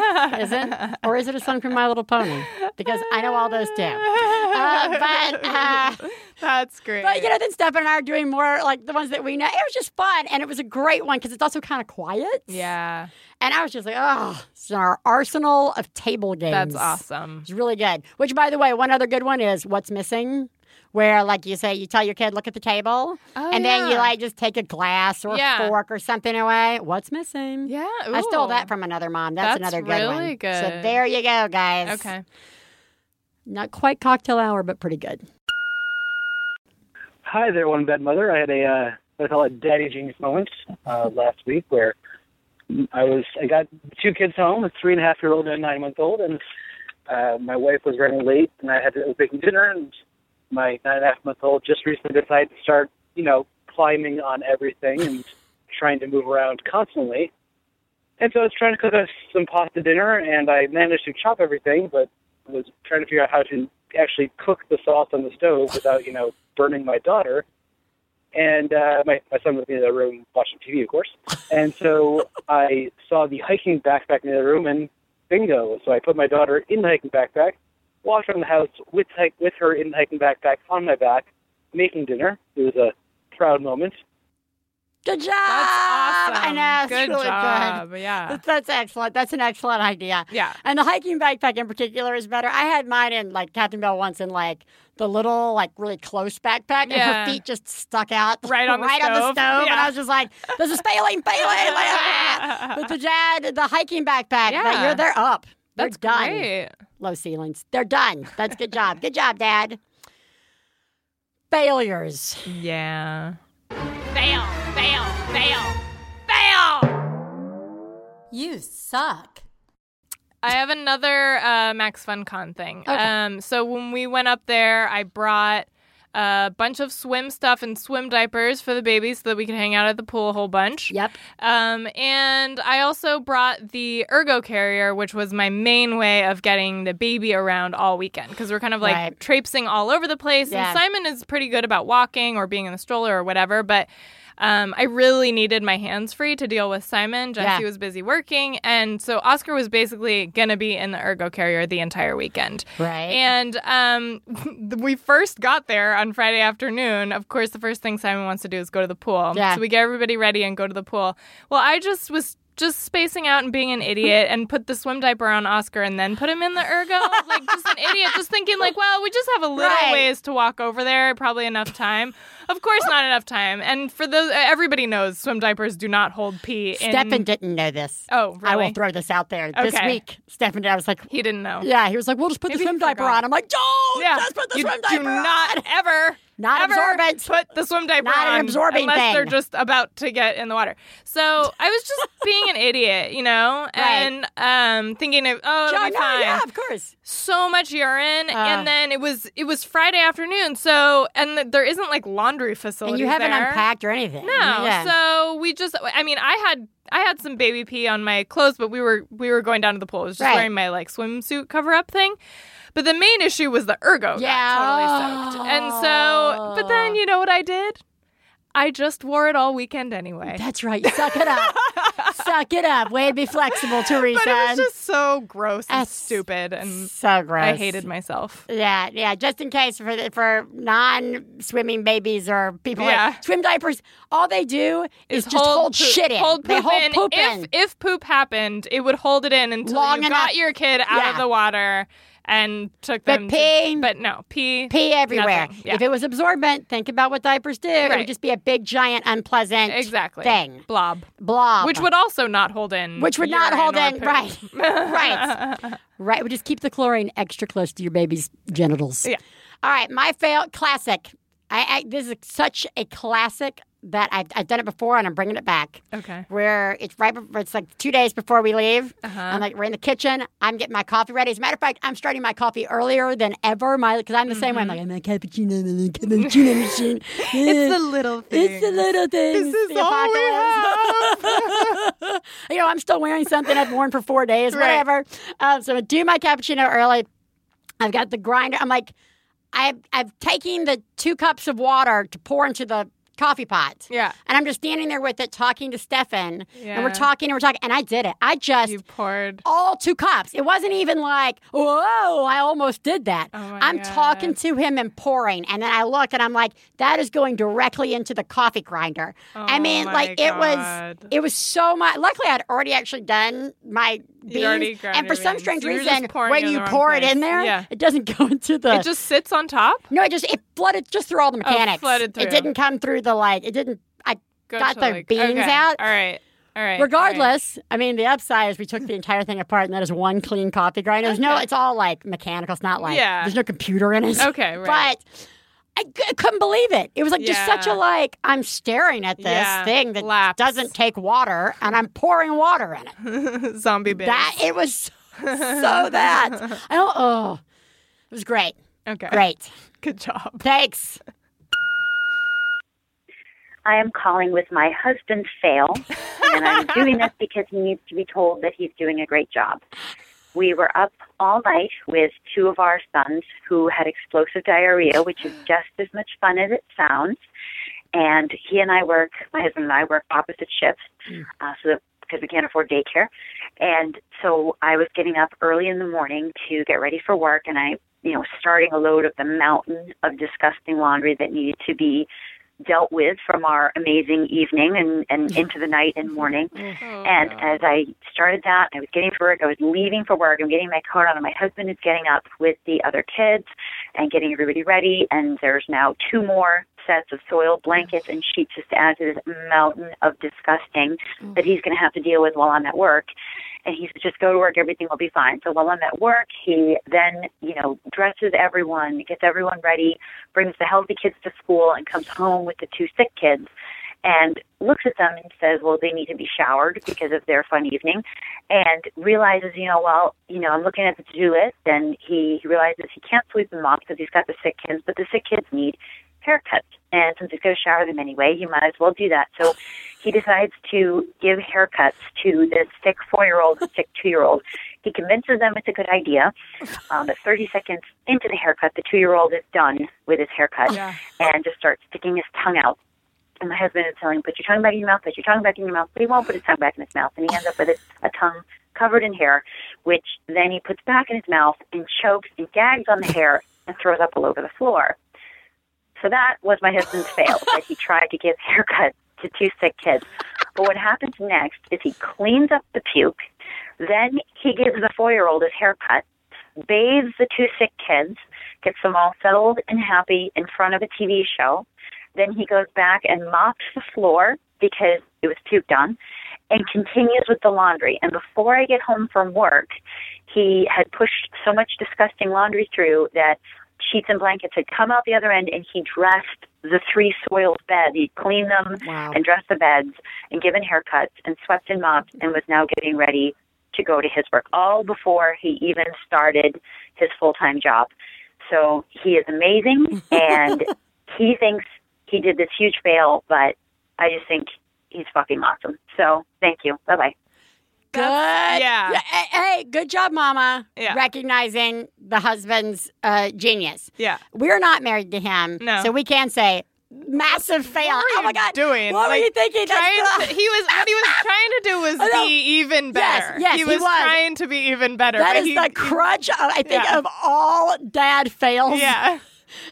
A: Is it? Or is it a song from My Little Pony? Because I know all those too. Uh, but. Uh,
B: That's great.
A: but you know, then Stefan and I are doing more like the ones that we know. It was just fun, and it was a great one because it's also kind of quiet.
B: yeah,
A: And I was just like, oh, it's in our arsenal of table
B: that's
A: games.
B: awesome.
A: It's really good. Which, by the way, one other good one is What's Missing, where like you say you tell your kid look at the table
B: Oh,
A: and then you
B: yeah.
A: like just take a glass or
B: Yeah.
A: a fork or something away. What's missing?
B: Yeah,
A: I stole that
B: ooh.
A: from another mom. That's,
B: That's
A: another good
B: really
A: one. So
B: good.
A: there you go, guys.
B: Okay.
A: Not quite cocktail hour, but pretty good.
E: Hi there, one bed mother. I had a uh, what I call it daddy genius moment uh, last week where I was I got two kids home, a three and a half year old and a nine month old, and uh, my wife was running late, and I had to I was making dinner, and my nine and a half month old just recently decided to start you know climbing on everything and trying to move around constantly. And so I was trying to cook us some pasta dinner, and I managed to chop everything, but was trying to figure out how to actually cook the sauce on the stove without, you know, burning my daughter. And uh, my, my son was in the other room watching TV, of course. And so I saw the hiking backpack in the other room, and bingo. So I put my daughter in the hiking backpack, walked around the house with, hi- with her in the hiking backpack on my back, making dinner. It was a proud moment.
A: Good job.
B: That's awesome.
A: I know. It's
B: Good
A: really
B: job.
A: good.
B: Yeah.
A: That's, that's excellent. That's an excellent idea.
B: Yeah.
A: And the hiking backpack in particular is better. I had mine in like Captain Bell once in like the little like really close backpack,
B: Yeah.
A: and her feet just stuck out
B: Right on the
A: right on the
B: stove.
A: stove, and
B: Yeah.
A: I was just like, "This is failing, failing." like, ah. But the jad, the hiking backpack,
B: Yeah.
A: that you're they're up. They're
B: That's
A: done.
B: great.
A: Low ceilings. They're done. That's good job. good job, Dad. Failures.
B: Yeah.
C: Fail, fail, fail, fail.
D: You suck.
B: I have another uh, Max FunCon thing.
A: Okay.
B: Um, so when we went up there, I brought a bunch of swim stuff and swim diapers for the babies so that we could hang out at the pool a whole bunch.
A: Yep.
B: Um, and I also brought the ergo carrier, which was my main way of getting the baby around all weekend because we're kind of like
A: Right.
B: traipsing all over the place.
A: Yeah.
B: And Simon is pretty good about walking or being in the stroller or whatever, but um, I really needed my hands free to deal with Simon. Jesse
A: Yeah.
B: was busy working, and so Oscar was basically gonna be in the ergo carrier the entire weekend.
A: Right.
B: And um, we first got there on Friday afternoon. Of course, the first thing Simon wants to do is go to the pool.
A: Yeah.
B: So we get everybody ready and go to the pool. Well, I just was just spacing out and being an idiot and put the swim diaper on Oscar and then put him in the ergo. like, just an idiot. Just thinking, like, well, we just have a little
A: Right.
B: ways to walk over there. Probably enough time. Of course, not enough time. And for those, everybody knows swim diapers do not hold pee in.
A: Stefan didn't know this.
B: Oh,
A: I will
B: really?
A: throw this out there. This
B: Okay.
A: week, Stefan did. I was like,
B: He didn't know.
A: yeah, he was like, we'll just put
B: Maybe
A: the
B: he
A: swim diaper
B: forgot.
A: on. I'm like, don't!
B: Yeah.
A: Oh, Just put the
B: you
A: swim diaper
B: do
A: on!
B: not ever,
A: Not
B: ever
A: absorbent.
B: put the swim diaper
A: Not an
B: on
A: absorbing
B: unless
A: thing.
B: they're just about to get in the water. So I was just being an idiot, you know, and um, thinking of oh, it'll
A: John,
B: be
A: no,
B: fine
A: yeah, of course.
B: so much urine
A: Ah.
B: and then it was it was friday afternoon so and th- there isn't like laundry facilities
A: And you haven't
B: there.
A: unpacked or anything.
B: no so we just i mean i had i had some baby pee on my clothes but we were we were going down to the pool i was just
A: Right.
B: wearing my like swimsuit cover up thing but the main issue was the ergo
A: Yeah.
B: got totally soaked and so but then you know what i did i just wore it all weekend anyway
A: That's right. Suck it up. Suck it up. Way to be flexible, Teresa.
B: but it was just so gross and
A: That's
B: stupid and
A: so gross.
B: i hated myself
A: Yeah, yeah. Just in case for the, for non-swimming babies or people,
B: Yeah.
A: like, swim diapers. All they do is, just hold,
B: poop-
A: shit in.
B: Hold poop
A: they hold
B: in.
A: poop
B: if,
A: in.
B: If poop happened, it would hold it in until
A: Long
B: you
A: enough-
B: got your kid out
A: Yeah.
B: of the water and took
A: But
B: them.
A: pee-
B: To, but no pee.
A: Pee everywhere.
B: nothing. Yeah.
A: If it was absorbent, think about what diapers do. It would
B: Right.
A: just be a big, giant, unpleasant
B: exactly.
A: thing.
B: Blob.
A: Blob.
B: Which would also not hold in.
A: Which would not
B: urine
A: hold
B: or
A: in.
B: poop.
A: Right. right. Right. We just keep the chlorine extra close to your baby's genitals.
B: Yeah.
A: All right. My fail classic. I, I this is such a classic that I've, I've done it before and I'm bringing it back.
B: Okay. Uh-huh.
A: Where it's right, before, it's like two days before we leave. I'm like, we're in the kitchen. I'm getting my coffee ready. As a matter of fact, I'm starting my coffee earlier than ever. My because I'm the same way. I'm like, I'm a cappuccino, I'm a cappuccino machine.
B: Mm-hmm. It's the little thing.
A: It's the little thing.
B: This is all we
A: you know, I'm still wearing something I've worn for four days,
B: Right.
A: whatever. Um, so I do my cappuccino early. I've got the grinder. I'm like, I've, I've taken the two cups of water to pour into the coffee pot.
B: Yeah.
A: And I'm just standing there with it, talking to Stefan. And
B: Yeah.
A: we're talking and we're talking. And I did it. I just
B: You poured.
A: all two cups. It wasn't even like, whoa, I almost did that.
B: Oh my
A: I'm
B: God.
A: talking to him and pouring. And then I look and I'm like, that is going directly into the coffee grinder. I
B: Oh
A: mean,
B: my
A: like it was
B: God.
A: it was so much luckily I'd already actually done my
B: already
A: beans,
B: ground
A: and for
B: your
A: some
B: beans.
A: strange
B: You're just
A: reason,
B: pouring it
A: when
B: in
A: you
B: the wrong
A: pour it
B: place.
A: in there,
B: Yeah.
A: it doesn't go into the.
B: It just sits on top.
A: no, it just it flooded just through all the mechanics.
B: flooded
A: It
B: through.
A: didn't come through the like. It didn't. I
B: Go
A: got
B: to,
A: the
B: like-
A: beans
B: okay.
A: out.
B: All right. All right.
A: Regardless, I mean, the upside is we took the entire thing apart, and that is one clean coffee grinder. There's no, it's all like mechanical. It's not like
B: Yeah.
A: there's no computer in it.
B: All right. Okay. Right.
A: But I, c- I couldn't believe it. It was like just such a
B: Yeah.
A: like I'm staring at this
B: Yeah.
A: thing that
B: Lapse.
A: doesn't take water, and I'm pouring water in it.
B: Zombie beans.
A: That it was so, so that I don't. Oh, it was great.
B: okay.
A: Great.
B: Good job.
A: Thanks.
F: I am calling with my husband, Fail, and I'm doing this because he needs to be told that he's doing a great job. We were up all night with two of our sons who had explosive diarrhea, which is just as much fun as it sounds. And he and I work, my husband and I work opposite shifts, uh, so that, because we can't afford daycare. And so I was getting up early in the morning to get ready for work, and I, you know, starting a load of the mountain of disgusting laundry that needed to be dealt with from our amazing evening and, and into the night and morning.
B: Mm-hmm.
F: and as I started that, I was getting to work, I was leaving for work, I'm getting my coat on, and my husband is getting up with the other kids and getting everybody ready. And there's now two more sets of soiled blankets and sheets just to add to this mountain of disgusting that he's going to have to deal with while I'm at work and he said, just go to work, everything will be fine. So while I'm at work, he then, you know, dresses everyone, gets everyone ready, brings the healthy kids to school, and comes home with the two sick kids and looks at them and says, well, they need to be showered because of their fun evening, and realizes, you know, well, you know, I'm looking at the to-do list, and he realizes he can't sweep them off because he's got the sick kids, but the sick kids need haircuts. And since he's going to shower them anyway, he might as well do that. So he decides to give haircuts to this sick four year old and sick two year old. He convinces them it's a good idea. Um, but 30 seconds into the haircut, the two year old is done with his
B: Oh,
F: haircut and just starts sticking his tongue out. And my husband is telling him, put your tongue back in your mouth, put your tongue back in your mouth. But he won't put his tongue back in his mouth. And he ends up with a, a tongue covered in hair, which then he puts back in his mouth and chokes and gags on the hair and throws up all over the floor. So that was my husband's fail, that he tried to give haircuts to two sick kids. But what happens next is he cleans up the puke, then he gives the four year old his haircut, bathes the two sick kids, gets them all settled and happy in front of a TV show. Then he goes back and mops the floor because it was puked on and continues with the laundry. And before I get home from work, he had pushed so much disgusting laundry through that sheets and blankets had come out the other end and he dressed the three soiled beds. He cleaned them
A: Wow.
F: and dressed the beds and given haircuts and swept and mopped and was now getting ready to go to his work all before he even started his full time job. So he is amazing and he thinks he did this huge fail, but I just think he's fucking awesome. So thank you. Bye bye.
A: Good.
B: yeah.
A: Hey, hey, good job, Mama.
B: Yeah.
A: Recognizing the husband's uh, genius.
B: Yeah.
A: We're not married to him,
B: No.
A: so we can say massive fail.
B: What were
A: oh my
B: you
A: God,
B: doing?
A: What were
B: Like,
A: you thinking? That's
B: Trying
A: the-
B: to- he was what he was trying to do was
A: know.
B: be even
A: Yes,
B: better.
A: yes, he
B: he was
A: was.
B: trying to be even better.
A: That
B: but
A: is
B: he-
A: the crutch, of, I think,
B: Yeah.
A: of all dad fails.
B: Yeah.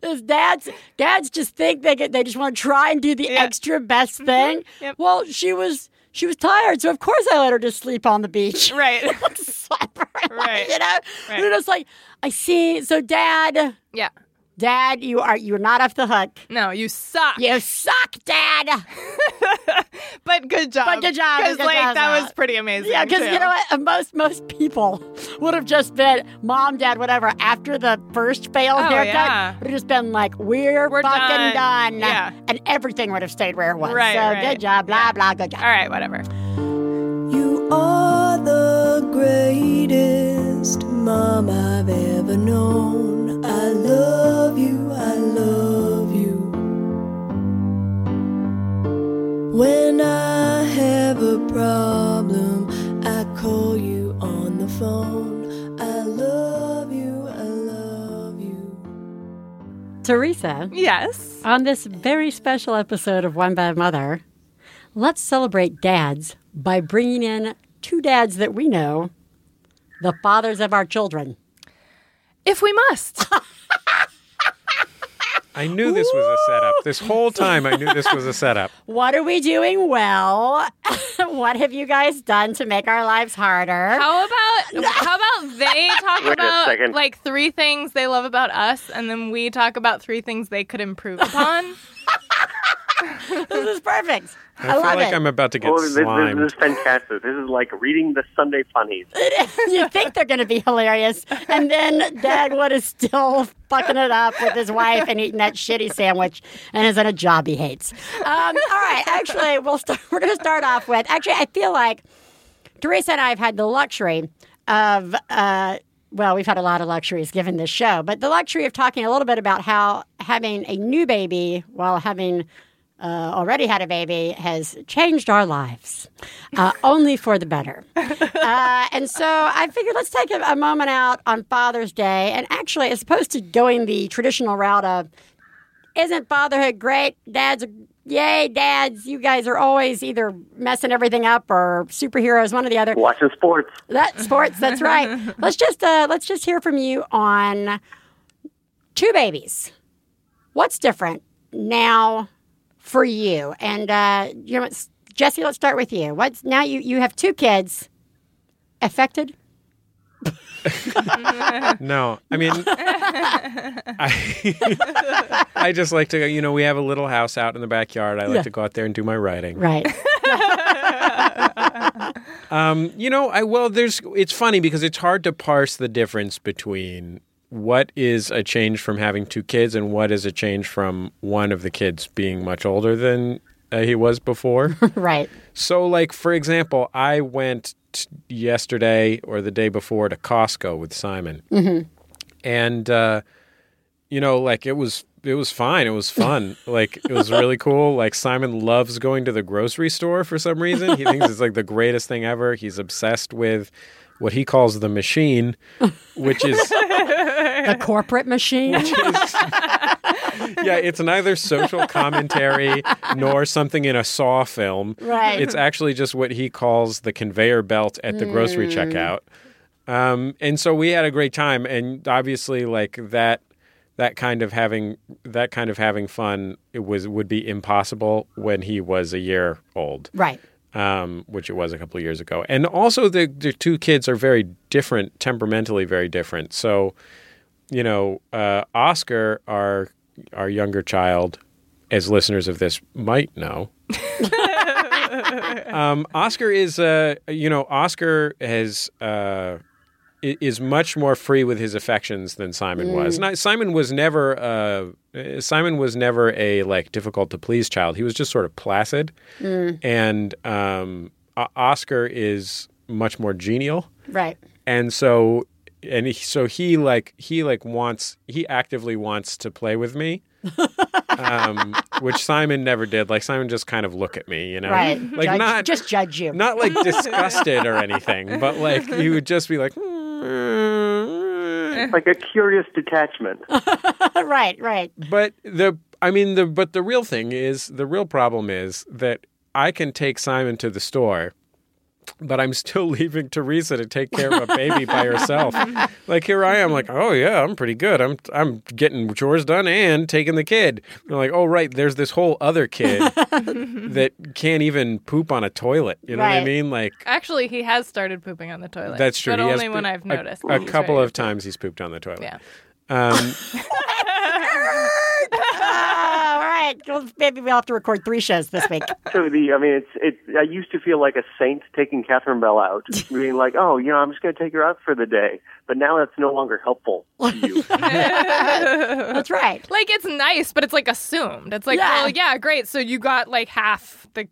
A: Is dads dads just think they get, they just want to try and do the
B: Yeah. Mm-hmm.
A: extra best thing.
B: Yep.
A: Well, she was she was tired, so of course I let her just sleep on the beach.
B: Right.
A: Slap her, like,
B: Right.
A: You know,
B: Right.
A: we're just like I see. So, Dad,
B: Yeah.
A: Dad, you are you're not off the hook.
B: No, you suck.
A: You suck, Dad.
B: But good job.
A: But good job,
B: Because
A: good
B: like
A: job,
B: that
A: Mom.
B: was pretty amazing.
A: Yeah, because
B: too.
A: you know what? Most most people would have just been mom, dad, whatever. After the first failed
B: Oh,
A: haircut,
B: yeah.
A: would have just been like, "We're,
B: We're
A: fucking done,",
B: done. Yeah.
A: and everything would have stayed where it was.
B: Right,
A: so
B: right.
A: good job, blah blah, good job.
B: All right, whatever.
G: You are the greatest mom I've ever known. I love you, I love you. When I have a problem, I call you on the phone. I love you, I love you.
A: Teresa,
B: Yes.
A: on this very special episode of One Bad Mother, let's celebrate dads by bringing in two dads that we know, the fathers of our children.
B: If we must.
H: I knew this was a setup. This whole time, I knew this was a setup.
A: What are we doing well? what have you guys done to make our lives harder?
B: How about how about they talk
I: Wait a
B: about
I: second.
B: like three things they love about us, and then we talk about three things they could improve upon?
A: this is perfect.
H: I,
A: I,
H: feel
A: love
H: like
A: it.
H: I'm about to get
I: Oh, this, this,
H: slimed.
I: this is fantastic. This is like reading the Sunday funnies.
A: you think they're going to be hilarious. And then Dagwood is still fucking it up with his wife and eating that shitty sandwich and is on a job he hates. Um, all right, actually, we'll start, we're going to start off with. Actually, I feel like Teresa and I have had the luxury of. Uh, well, we've had a lot of luxuries given this show, but the luxury of talking a little bit about how having a new baby while having uh, already had a baby has changed our lives, uh, only for the better. Uh, and so I figured let's take a, a moment out on Father's Day. And actually, as opposed to going the traditional route of, isn't fatherhood great? Dads, are, yay, dads, you guys are always either messing everything up or superheroes, one or the other.
I: Watching sports.
A: That sports. That's right. let's just uh, let's just hear from you on two babies. What's different now for you? And uh, you know, what, S- Jesse, let's start with you. What's now? You you have two kids affected.
H: No, I mean, I, I just like to, go- you know, we have a little house out in the backyard. I like
A: Yeah.
H: to go out there and do my writing.
A: Right.
H: Um, you know, I well, there's it's funny because it's hard to parse the difference between what is a change from having two kids and what is a change from one of the kids being much older than uh, he was before.
A: right.
H: So, like for example, I went t- yesterday or the day before to Costco with Simon, and uh, you know, like it was it was fine. It was fun. like it was really cool. Like Simon loves going to the grocery store for some reason. He thinks it's like the greatest thing ever. He's obsessed with what he calls the machine, which is
A: The corporate machine.
H: yeah, it's neither social commentary nor something in a Saw film.
A: Right.
H: It's actually just what he calls the conveyor belt at the grocery checkout. Um, and so we had a great time, and obviously, like that, that kind of having that kind of having fun it was would be impossible when he was a year old
A: right.
H: um, which it was a couple of years ago. And also, the, the two kids are very different, temperamentally very different. So, you know, uh, Oscar, our our younger child, as listeners of this might know, um, Oscar is, uh, you know, Oscar has. Uh, i- is much more free with his affections than Simon
A: Mm.
H: was. Not, Simon was never uh, uh, Simon was never a like difficult to please child. He was just sort of placid,
A: Mm.
H: and um, O- Oscar is much more genial,
A: Right.
H: and so and he, so he like he like wants he actively wants to play with me. um, which Simon never did. Like Simon just kind of look at me, you know,
A: Right.
H: like
A: judge,
H: not
A: just judge you.
H: not like disgusted or anything, but like he would just be like, "Mm."
I: Like a curious detachment.
A: right. Right.
H: but the I mean the but the real thing is the real problem is that I can take Simon to the store, but I'm still leaving Teresa to take care of a baby by herself. Like here I am, like oh yeah, I'm pretty good. I'm I'm getting chores done and taking the kid. And like oh right, there's this whole other kid that can't even poop on a toilet. You know what I
A: Right.
H: mean? Like
B: Actually, he has started pooping on the toilet.
H: That's true.
B: But
H: He has
B: only when
H: been-
B: I've noticed.
H: A, a
B: He's
H: couple
B: Uh, right.
H: of times he's pooped on the toilet.
B: Yeah.
H: Um,
A: Oh, all right. Well, maybe we'll have to record three shows this week.
I: So the, I mean, it's it. I used to feel like a saint taking Catherine Bell out, being like, "Oh, you know, I'm just going to take her out for the day." But now that's no longer helpful to you.
A: That's right.
B: Like it's nice, but it's like assumed. It's like,
A: Yeah.
B: well, yeah, great. So you got like half the.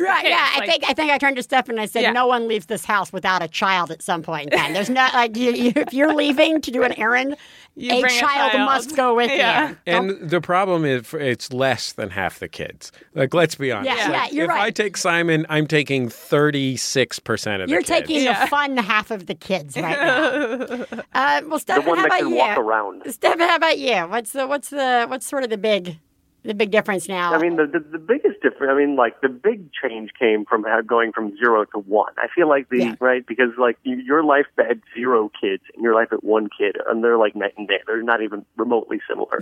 A: Right,
B: kids,
A: yeah. I
B: like-
A: think I think I turned to Stefan and I said,
B: Yeah.
A: "No one leaves this house without a child at some point in time. There's no like you, you, if you're leaving to do an errand,
B: You
A: a,
B: bring
A: child
B: a child.
A: must go with
B: Yeah.
A: you."
H: and the problem is for- it's less than half the kids. Like, let's be honest.
A: Yeah,
H: Like,
A: yeah, you're
H: if I
A: right.
H: take Simon, I'm taking 36% of
A: You're
H: the kids.
A: taking the fun half of the kids right now. uh, well,
I: the
A: Stefan,
I: one
A: how
I: that
A: about
I: can
A: you?
I: walk around.
A: Stefan, how about you? What's the what's the what's sort of the big the big difference now.
I: I mean, the, the the biggest difference. I mean, like the big change came from how going from zero to one. I feel like the
A: Yeah.
I: right because like you, your life at zero kids and your life at one kid, and they're like night and day. They're not even remotely similar.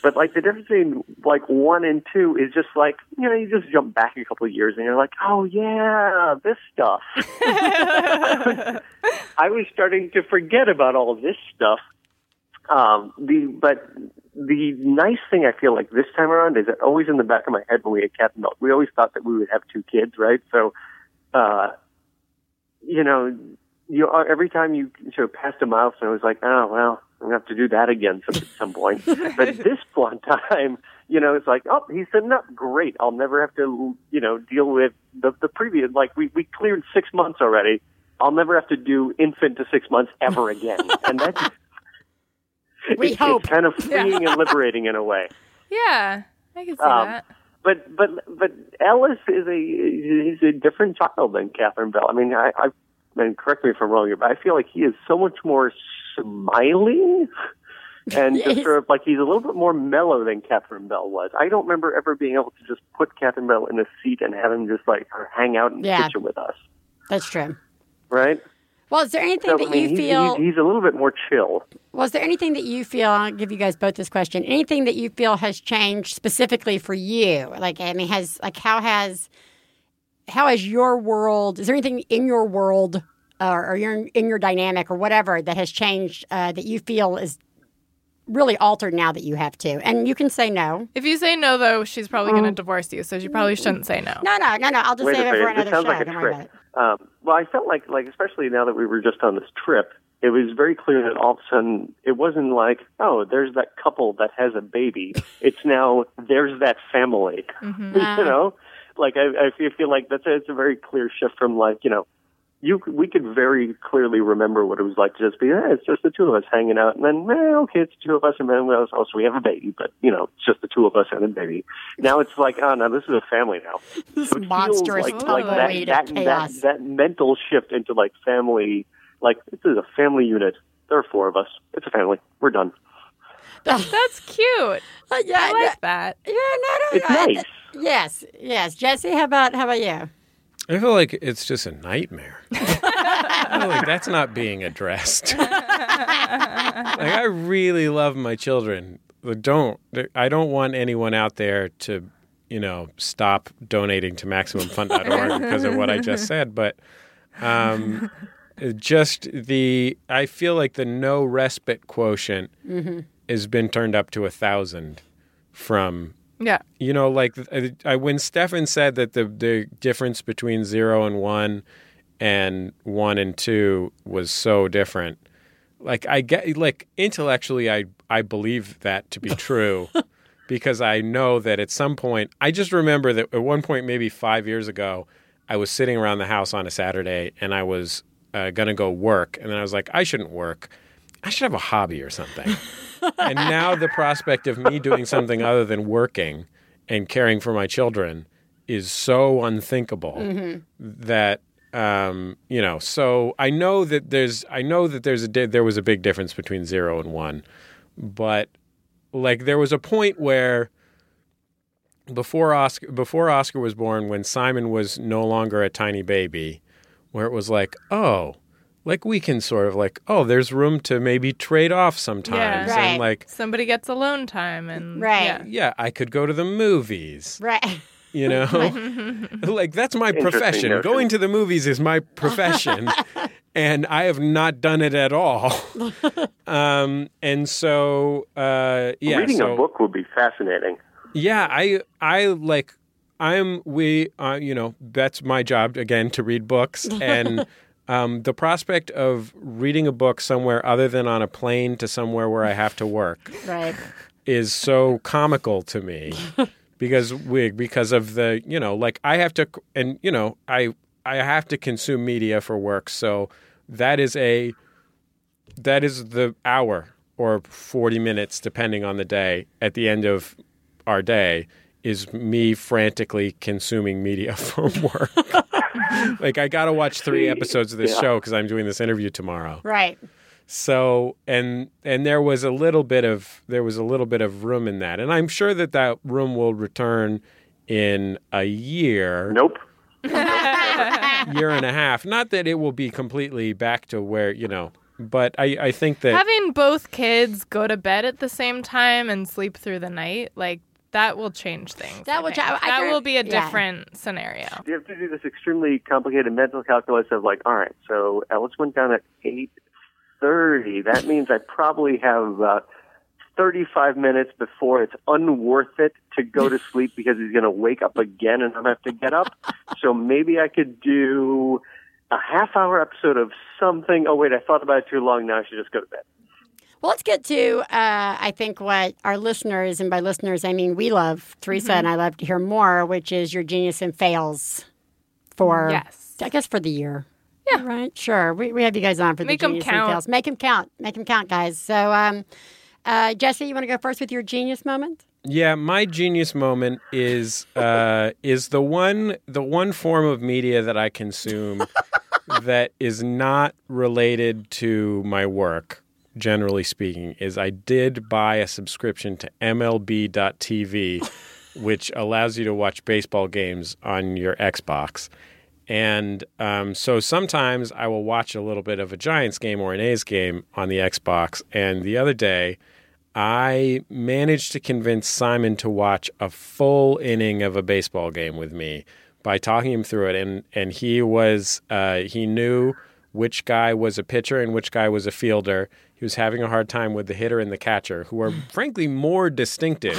I: but like the difference between like one and two is just like you know you just jump back a couple of years and you're like, oh yeah, this stuff. I was starting to forget about all this stuff. Um, the but the nice thing I feel like this time around is that always in the back of my head when we had cat and dog, we always thought that we would have two kids, right? So, uh, you know, you are, every time you sort of passed a milestone, it was like, oh well, I'm gonna have to do that again some, at some point. but this one time, you know, it's like, oh, he's sitting up, great. I'll never have to, you know, deal with the the previous. Like we we cleared six months already. I'll never have to do infant to six months ever again, and that's
A: We
I: it's,
A: hope.
I: it's kind of freeing and liberating in a way.
B: Yeah, I can see
I: Um,
B: that.
I: But but but Ellis is a he's a different child than Catherine Bell. I mean, I, I and correct me if I'm wrong, here, but I feel like he is so much more smiling and
A: Yes.
I: just sort of like he's a little bit more mellow than Catherine Bell was. I don't remember ever being able to just put Catherine Bell in a seat and have him just like hang out in the
A: Yeah.
I: kitchen with us,
A: That's true.
I: right?
A: Well, is there anything
I: So, I
A: that
I: mean,
A: you
I: he's,
A: feel?
I: he's, he's a little bit more chill.
A: Was there anything that you feel? I'll give you guys both this question. Anything that you feel has changed specifically for you? Like, I mean, has like how has how has your world? Is there anything in your world uh, or your in your dynamic or whatever that has changed uh, that you feel is really altered now that you have to? And you can say no.
B: If you say no, though, she's probably going to
A: mm.
B: divorce you, so you probably shouldn't say no.
A: No, no, no, no. I'll just
I: Wait a
A: save it for
I: minute.
A: another
I: This sounds
A: show.
I: like a
A: Don't worry about
I: trick.
A: it.
I: Um, well, I felt like, like especially now that we were just on this trip, it was very clear that all of a sudden it wasn't like, oh, there's that couple that has a baby. It's now there's that family.
B: Mm-hmm.
A: Uh-huh.
I: you know, like I, I feel- feel like that's a, it's a very clear shift from like you know, you c- we could very clearly remember what it was like to just be, eh, it's just the two of us hanging out, and then eh, okay, it's the two of us, and then well, also we have a baby, but you know, it's just the two of us and a baby. Now it's like, oh no, this is a family now
A: This
I: it feels
A: monstrous
I: like, like that,
A: tumbleweed
I: that,
A: of
I: that,
A: chaos.
I: that mental shift into like family, like this is a family unit. There are four of us. It's a family. We're done.
B: That's cute.
A: Uh, yeah,
B: I like that.
A: yeah, no, no,
I: It's
A: no. I-
I: nice.
A: Yes, yes, Jesse. How about how about you?
H: I feel like it's just a nightmare. I feel like that's not being addressed. like I really love my children. But don't I don't want anyone out there to, you know, stop donating to maximumfund.org because of what I just said, but um just the I feel like the no respite quotient has been turned up to a thousand from
B: Yeah.
H: you know, like uh, I, when Stefan said that the the difference between zero and one, and one and two was so different. Like I get, like intellectually, I I believe that to be true, because I know that at some point, I just remember that at one point, maybe five years ago, I was sitting around the house on a Saturday and I was uh, gonna go work, and then I was like, I shouldn't work. I should have a hobby or something and now the prospect of me doing something other than working and caring for my children is so unthinkable
A: Mm-hmm.
H: that um, you know. So I know that there's I know that there's a di- there was a big difference between zero and one, but like there was a point where before Oscar before Oscar was born, when Simon was no longer a tiny baby, where it was like, oh, like we can sort of like, oh, there's room to maybe trade off sometimes,
A: Yeah. Right.
H: and like,
B: Somebody gets alone time and
A: Right.
B: yeah.
H: yeah, I could go to the movies,
A: Right.
H: you know, like that's my
I: Interesting
H: profession.
I: notion.
H: Going to the movies is my profession, and I have not done it at all. um, and so, uh, yeah,
I: Reading
H: so,
I: a book would be fascinating.
H: yeah, I I like I'm we uh, you know that's my job again to read books and um, the prospect of reading a book somewhere other than on a plane to somewhere where I have to work
A: Right.
H: is so comical to me because we because of the you know like I have to and you know I I have to consume media for work so that is a that is the hour or 40 minutes depending on the day at the end of our day is me frantically consuming media from work like I got to watch 3 episodes of this show cuz I'm doing this interview tomorrow
A: Right.
H: So and and there was a little bit of there was a little bit of room in that, and I'm sure that that room will return in a year,
I: Nope.
H: year and a half. Not that it will be completely back to where you know, but I I think that
B: Having both kids go to bed at the same time and sleep through the night, like that will change things.
A: That
B: I
A: will
B: think.
A: cha- I
B: that
A: agree.
B: will be a
A: Yeah.
B: different scenario.
I: You have to do this extremely complicated mental calculus of like, all right, so Ellis went down at eight thirty. That means I probably have about thirty-five minutes before it's unworth it to go to sleep because he's going to wake up again and I'm going to have to get up. So maybe I could do a half-hour episode of something. Oh wait, I thought about it too long. Now I should just go to bed.
A: Well, let's get to, uh, I think, what our listeners, and by listeners, I mean we love, Teresa
B: Mm-hmm.
A: and I love to hear more, which is your genius and fails for,
B: Yes.
A: I guess, for the year. Yeah. Right? Sure. We, we have you guys on for
B: Make
A: the
B: 'em
A: genius
B: count.
A: and fails. Make them count. Make them count, guys. So, um, uh, Jesse, you want to go first with your genius moment?
H: Yeah, my genius moment is uh, is the one the one form of media that I consume that is not related to my work. Generally speaking, is I did buy a subscription to MLB.TV, which allows you to watch baseball games on your Xbox. And um, so sometimes I will watch a little bit of a Giants game or an A's game on the Xbox. And the other day, I managed to convince Simon to watch a full inning of a baseball game with me by talking him through it, and and he was uh, he knew which guy was a pitcher and which guy was a fielder. He was having a hard time with the hitter and the catcher, who are frankly more distinctive.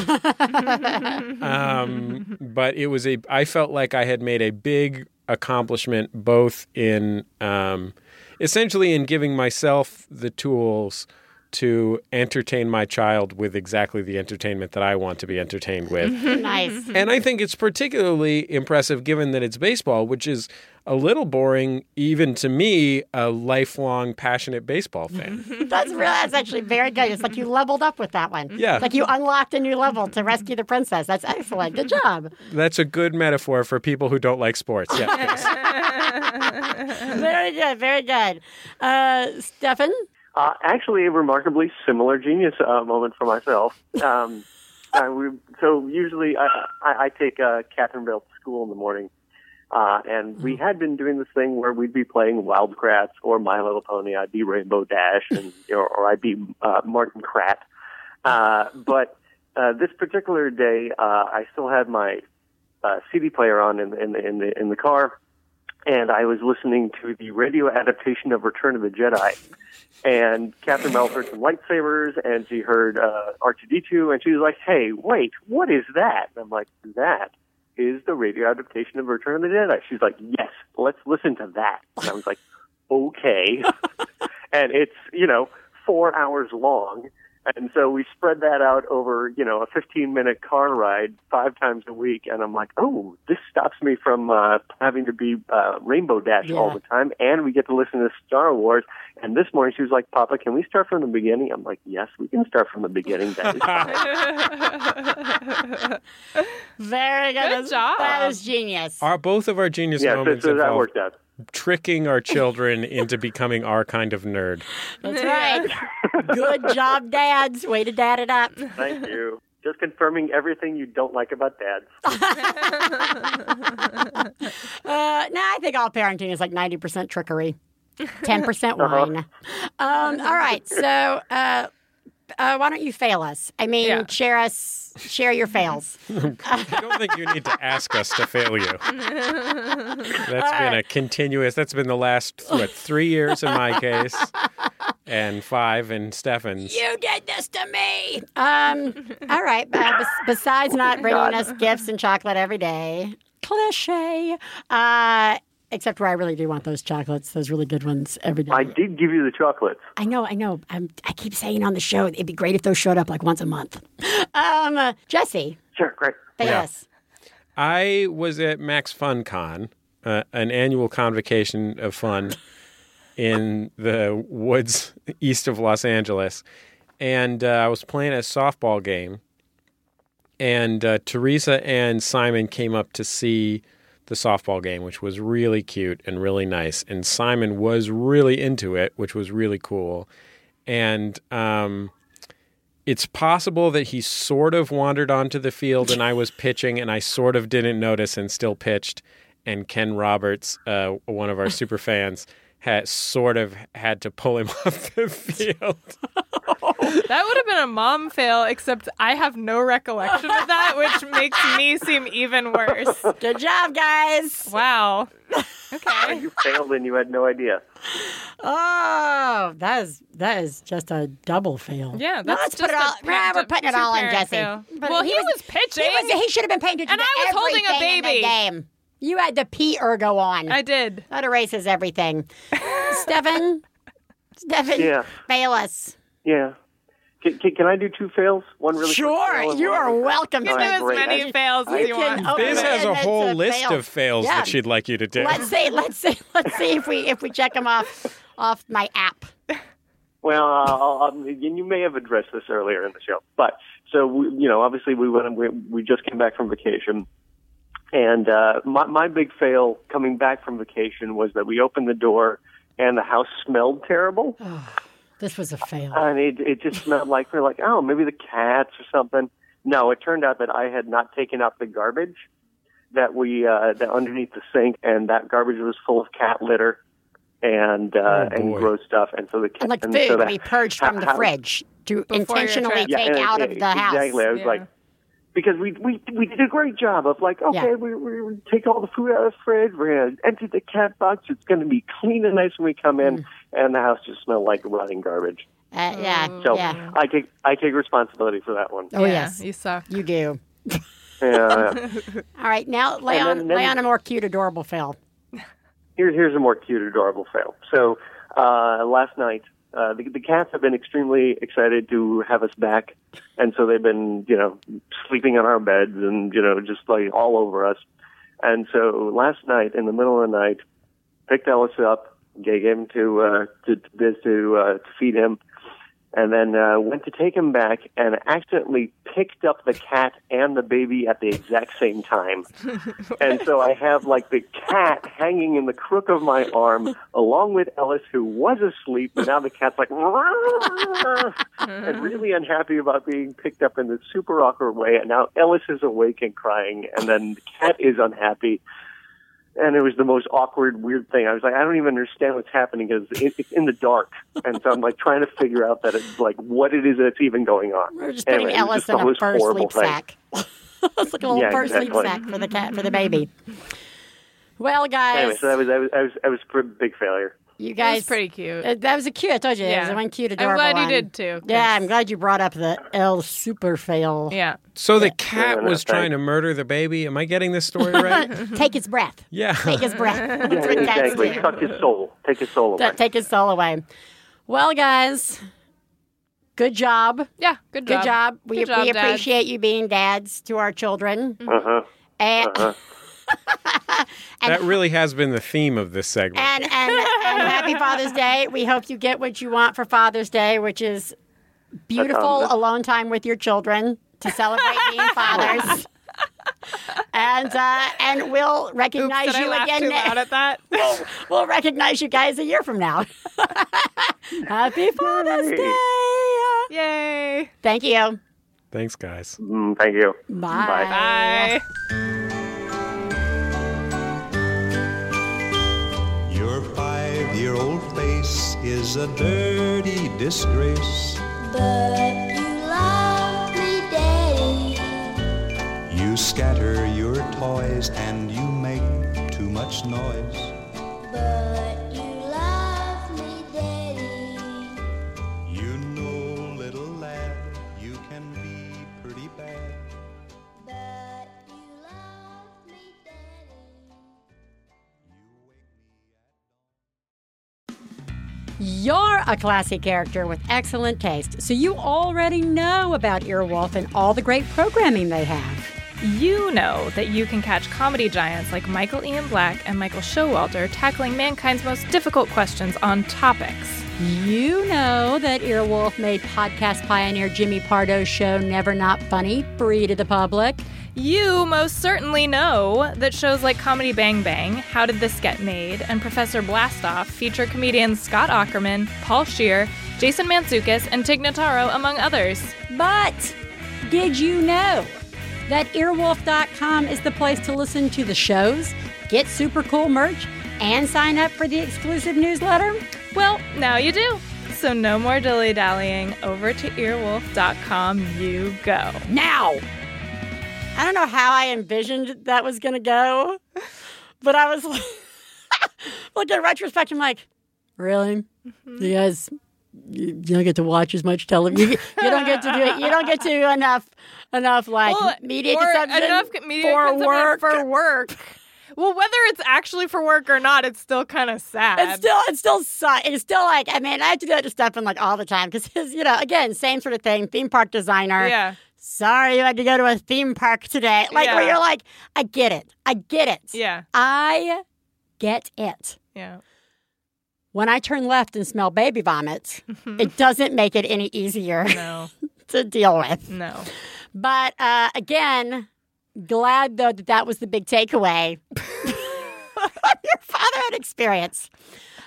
H: um, but it was a I felt like I had made a big accomplishment both in um, essentially in giving myself the tools to entertain my child with exactly the entertainment that I want to be entertained with.
B: Mm-hmm.
A: nice.
H: and I think it's particularly impressive given that it's baseball, which is a little boring even to me, a lifelong passionate baseball fan.
A: That's real. That's actually very good. It's like you leveled up with that one.
H: Yeah.
A: It's like you unlocked a new level to rescue the princess. That's excellent. Good job.
H: That's a good metaphor for people who don't like sports. Yeah. thanks.
A: very good. Very good. Uh, Stefan?
I: Uh, actually, a remarkably similar genius uh, moment for myself. Um, I, we, so usually I, I, I take uh, Catherine Bell to school in the morning, uh, and we had been doing this thing where we'd be playing Wildcrats or My Little Pony. I'd be Rainbow Dash, and or, or I'd be uh, Martin Krat. Uh, but uh, this particular day, uh, I still had my uh, CD player on in, the- in the in the in the car, and I was listening to the radio adaptation of Return of the Jedi and Catherine Bell heard some lightsabers, and she heard uh, R2D2, and she was like, "Hey, wait, what is that?" And I'm like, "That is the radio adaptation of Return of the Jedi." She's like, "Yes, let's listen to that." And I was like, "Okay," and it's you know four hours long. And so we spread that out over, you know, a 15 minute car ride five times a week. And I'm like, oh, this stops me from uh, having to be uh, Rainbow Dash all
A: Yeah.
I: the time. And we get to listen to Star Wars. And this morning she was like, Papa, can we start from the beginning? I'm like, yes, we can start from the beginning. That is fine.
A: Very good. That's-
B: job.
A: That is genius.
H: Our, both of our genius
I: yeah, so,
H: moments
I: so that
H: involve
I: worked out.
H: tricking our children into becoming our kind of nerd.
A: That's right. good job, dads. Way to dad it up.
I: Thank you. Just confirming everything you don't like about dads.
A: Uh, no, I think all parenting is like 90% trickery, 10% wine. Um, all right. So uh, uh, why don't you fail us? I mean,
B: Yeah.
A: share us, share your fails.
H: I don't think you need to ask us to fail you. That's been a continuous. That's been the last what three years in my case, and five in Stefan's.
A: you did this to me. Um, all right. Uh, bes- besides not bringing us gifts and chocolate every day, cliche. Uh, except where I really do want those chocolates, those really good ones every day.
I: I did give you the chocolates.
A: I know, I know. I'm, I keep saying on the show, it'd be great if those showed up like once a month. Um, uh, Jesse,
I: Sure, great.
H: Yeah.
A: yes.
H: I was at Max Fun Con, uh, an annual convocation of fun in the woods east of Los Angeles, and uh, I was playing a softball game, and uh, Teresa and Simon came up to see the softball game, which was really cute and really nice, and Simon was really into it, which was really cool. and um, it's possible that he sort of wandered onto the field and I was pitching and I sort of didn't notice and still pitched. And Ken Roberts, uh, one of our super fans, had sort of had to pull him off the field.
B: That would have been a mom fail, except I have no recollection of that, which makes me seem even worse.
A: Good job, guys.
B: Wow.
I: And you failed and you had no idea.
F: Oh, that is that is just a double fail.
B: Yeah, that's
A: No, let's put
B: just
A: it all.
B: a-
A: nah, we're putting it all on
B: two-parent
A: Jesse.
B: fail.
A: But
B: Well, he, was, pitching.
A: He, was- he should have been paying
B: And
A: attention. to
B: I was holding a
A: everything in the
B: baby.
A: game. You had the pee ergo on.
B: I did.
A: that erases everything. Stefan, Stefan,
I: Yeah.
A: fail us.
I: Yeah. Can, can, can I do two fails? One really quick
A: Sure,
I: fail and
A: you
I: one
A: are
I: really quick-
A: welcome
B: You
A: to
B: can
I: All
B: do
I: right,
B: as
I: great.
B: many
I: I-
B: fails as
A: You
B: you
A: can
B: want.
A: open
H: Biz
A: it
H: has a
A: Oh, and it's
H: whole list
A: fail.
H: of fails
A: Yeah.
H: that she'd like you to do.
A: Let's see. Let's see. Let's see if we if we check them off off my app.
I: Well, I'll, I'll, and you may have addressed this earlier in the show, but so we, you know, obviously we went. We, we just came back from vacation, and uh, my, my big fail coming back from vacation was that we opened the door and the house smelled terrible.
F: This was a fail.
I: and it, it just smelled like we're like, oh, maybe the cats or something. No, it turned out that I had not taken out the garbage that we uh, that underneath the sink, and that garbage was full of cat litter and uh,
H: Oh,
I: and
H: boy.
I: gross stuff. And so the cat,
A: Like
I: and
A: food,
I: so the
A: we purged
I: ho-
A: from the
I: house-
A: fridge to
B: your
A: intentionally
B: trip.
I: Yeah,
A: take
I: and-
A: out of the house.
I: Exactly, I was
B: Yeah.
I: like. Because we, we we did a great job of like okay
A: Yeah.
I: we we we take all the food out of the fridge we're gonna empty the cat box it's gonna be clean and nice when we come in
A: Mm.
I: and the house just smelled like rotting garbage
A: Uh,
B: Mm.
A: yeah,
I: so
A: yeah.
I: I take I take responsibility for that one
A: Oh
B: Yeah,
A: yes,
B: You suck.
A: you do.
I: Yeah.
A: All right, now lay
I: And
A: on,
I: then-
A: lay on
I: then-
A: a more cute, adorable fail.
I: Here, here's a more cute, adorable fail. So uh, last night, uh, the, the cats have been extremely excited to have us back, and so they've been, you know, sleeping on our beds and you know just like all over us. And so last night, in the middle of the night, picked Ellis up, gave him to uh, to to Biz to, uh, to feed him, and then uh, went to take him back and accidentally picked up the cat and the baby at the exact same time. and so I have like the cat hanging in the crook of my arm, along with Ellis, who was asleep. But now the cat's like and really unhappy about being picked up in this super awkward way. And now Ellis is awake and crying, and then the cat is unhappy. And it was the most awkward, weird thing. I was like, I don't even understand what's happening because it, it's in the dark, and so I'm like trying to figure out that it's like what it is that's even going on.
A: We're just
I: Anyway,
A: putting
I: it was
A: Ellis
I: just
A: in
I: the
A: a
I: most
A: fur
I: horrible
A: sleep
I: thing.
A: sack. it's like a little
I: Yeah,
A: fur sleep
I: exactly.
A: sack for the cat for the baby. Well,
I: Anyway,
A: guys,
I: so that was that was that was, that was a pretty big failure.
A: you
B: That
A: guys,
B: was pretty cute.
A: uh, that was a cute. I told you, it was one cute, adorable.
B: I'm glad
A: one.
B: you did too.
A: Yeah, I'm glad you brought up the L super fail.
B: Yeah.
H: So the cat
I: No, no,
H: was
I: thank-
H: trying to murder the baby. Am I getting this story right?
A: Take his breath.
H: yeah.
A: Take his breath. That's what cats
I: exactly.
A: do.
I: Suck his soul. Take his soul away.
A: Don't take his soul away. Well, guys, good job.
B: Yeah. Good job.
A: Good job. We,
B: Good job,
A: we
B: Dad.
A: appreciate you being dads to our children.
I: Uh-huh.
A: And,
H: That really has been the theme of this segment.
A: and, and, and happy Father's Day. We hope you get what you want for Father's Day, which is beautiful
I: That sounds-
A: alone time with your children to celebrate being fathers. And uh, and we'll
B: Oops,
A: recognize
B: did I
A: you
B: laugh
A: again. Oh,
B: too
A: ne-
B: loud at that?
A: We'll recognize you guys a year from now. Happy Father's
I: Yay.
A: Day!
B: Yay.
A: Thank you.
H: Thanks, guys.
I: Mm, thank you.
A: Bye.
B: Bye.
J: Your five year old face is a dirty disgrace.
K: But you love me day.
J: You scatter your toys and you make too much noise.
K: But you love me day.
J: You know, little lad, you can be pretty bad.
K: But you love me day.
J: You wake me up.
F: You're a classy character with excellent taste, so you already know about Earwolf and all the great programming they have.
B: You know that you can catch comedy giants like Michael Ian Black and Michael Showalter tackling mankind's most difficult questions on topics.
L: You know that Earwolf made podcast pioneer Jimmy Pardo's show Never Not Funny free to the public.
B: You most certainly know that shows like Comedy Bang Bang, How Did This Get Made, and Professor Blastoff feature comedians Scott Ackerman, Paul Shear, Jason Mantzoukas, and Tig Notaro, among others.
L: But did you know that earwolf.com is the place to listen to the shows, get super cool merch, and sign up for the exclusive newsletter?
B: Well, now you do. So no more dilly dallying. Over to earwolf.com you go.
L: Now!
A: I don't know how I envisioned that was going to go, but I was like, looking at retrospect, I'm like, really?
B: Mm-hmm.
A: You guys, you, you don't get to watch as much television. You, you don't get to do it. You don't get to do enough, enough like
B: Well,
A: media
B: or
A: consumption
B: enough media
A: for
B: consumption
A: work.
B: for work. Well, whether it's actually for work or not, it's still kind of sad.
A: It's still, it's still, su- it's still like, I mean, I have to do that to Stefan like all the time because his, you know, again, same sort of thing. Theme park designer.
B: Yeah.
A: Sorry, you had to go to a theme park today. Like where
B: Yeah.
A: you're like, I get it, I get it.
B: Yeah.
A: I get it.
B: Yeah.
A: When I turn left and smell baby vomit,
B: Mm-hmm.
A: it doesn't make it any easier
B: No.
A: to deal with.
B: No.
A: But uh, again, glad though that that was the big takeaway from your fatherhood experience.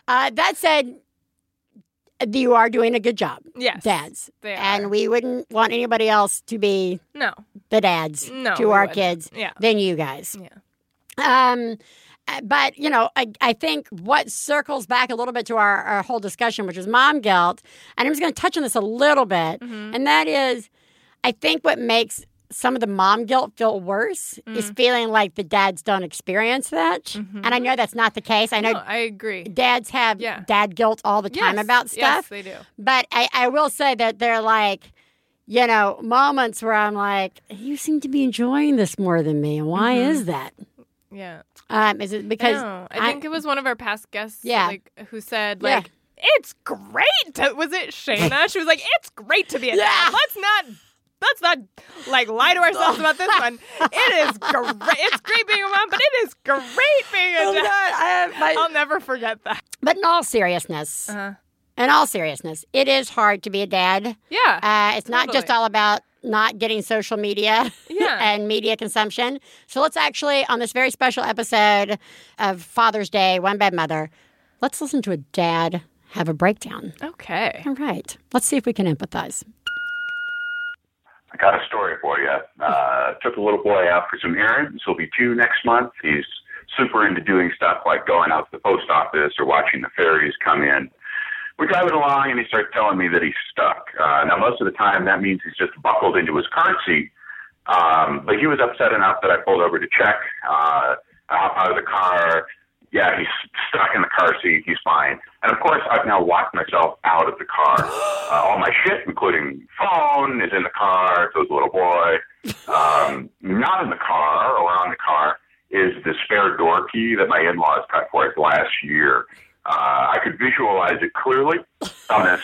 A: Uh, that said, you are doing a good job,
B: Yes.
A: dads,
B: They are.
A: and we wouldn't want anybody else to be
B: No.
A: the dads
B: No,
A: to
B: we
A: our
B: wouldn't.
A: kids
B: Yeah.
A: than you guys.
B: Yeah.
A: Um, uh, but you know, I, I think what circles back a little bit to our, our whole discussion, which is mom guilt, and I'm just going to touch on this a little bit,
B: Mm-hmm.
A: and that is, I think what makes some of the mom guilt feel worse
B: Mm.
A: is feeling like the dads don't experience that, and I know that's not the case. I know
B: Mm-hmm. No, I agree.
A: dads have
B: Yeah.
A: dad guilt all the time
B: Yes.
A: about
B: Yes,
A: stuff,
B: they do.
A: but I, I will say that they're like. You know, moments where I'm like, you seem to be enjoying this more than me. Why is that?
B: Yeah.
A: Um, is it
B: I
A: because
B: know. Mm-hmm. I think it was one of our past guests
A: Yeah.
B: like who said
A: Yeah.
B: like it's great to, was it Shayna? She was like, It's great to be a
A: Yeah.
B: dad. Let's not let's not like lie to ourselves about this one. It is great it's great being a mom, but it is great being a
A: Oh, God,
B: dad.
A: I have my-
B: I'll never forget that.
A: But in all seriousness,
B: Uh-huh.
A: in all seriousness, it is hard to be a dad.
B: Yeah.
A: Uh, it's not just
B: Totally.
A: all about not getting social media
B: Yeah.
A: and media consumption. So let's actually, on this very special episode of Father's Day, One Bad Mother, let's listen to a dad have a breakdown.
B: Uh. okay.
A: All right, let's see if we can empathize.
M: I got a story for you. Uh, took a little boy out for some errands. He'll be two next month. He's super into doing stuff like going out to the post office or watching the ferries come in. We're driving along and he starts telling me that he's stuck. Uh, now, most of the time, that means he's just buckled into his car seat. Um, but he was upset enough that I pulled over to check. Uh, I hop out of the car. Yeah, he's stuck in the car seat. He's fine. And of course, I've now locked myself out of the car. Uh, all my shit, including phone, is in the car. So is the little boy. Um, not in the car or on the car is the spare door key that my in-laws got for us last year. Uh, I could visualize it clearly on this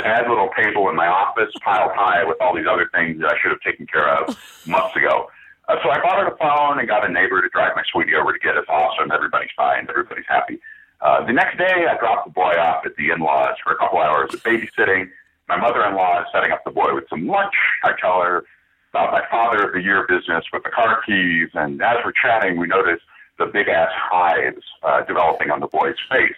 M: sad little table in my office, piled high with all these other things that I should have taken care of months ago. Uh, so I borrowed a phone and got a neighbor to drive my sweetie over to get us. Awesome. Everybody's fine. Everybody's happy. Uh, the next day, I dropped the boy off at the in laws for a couple hours of babysitting. My mother in law is setting up the boy with some lunch. I tell her about my father of the year business with the car keys. And as we're chatting, we notice the big ass hives uh, developing on the boy's face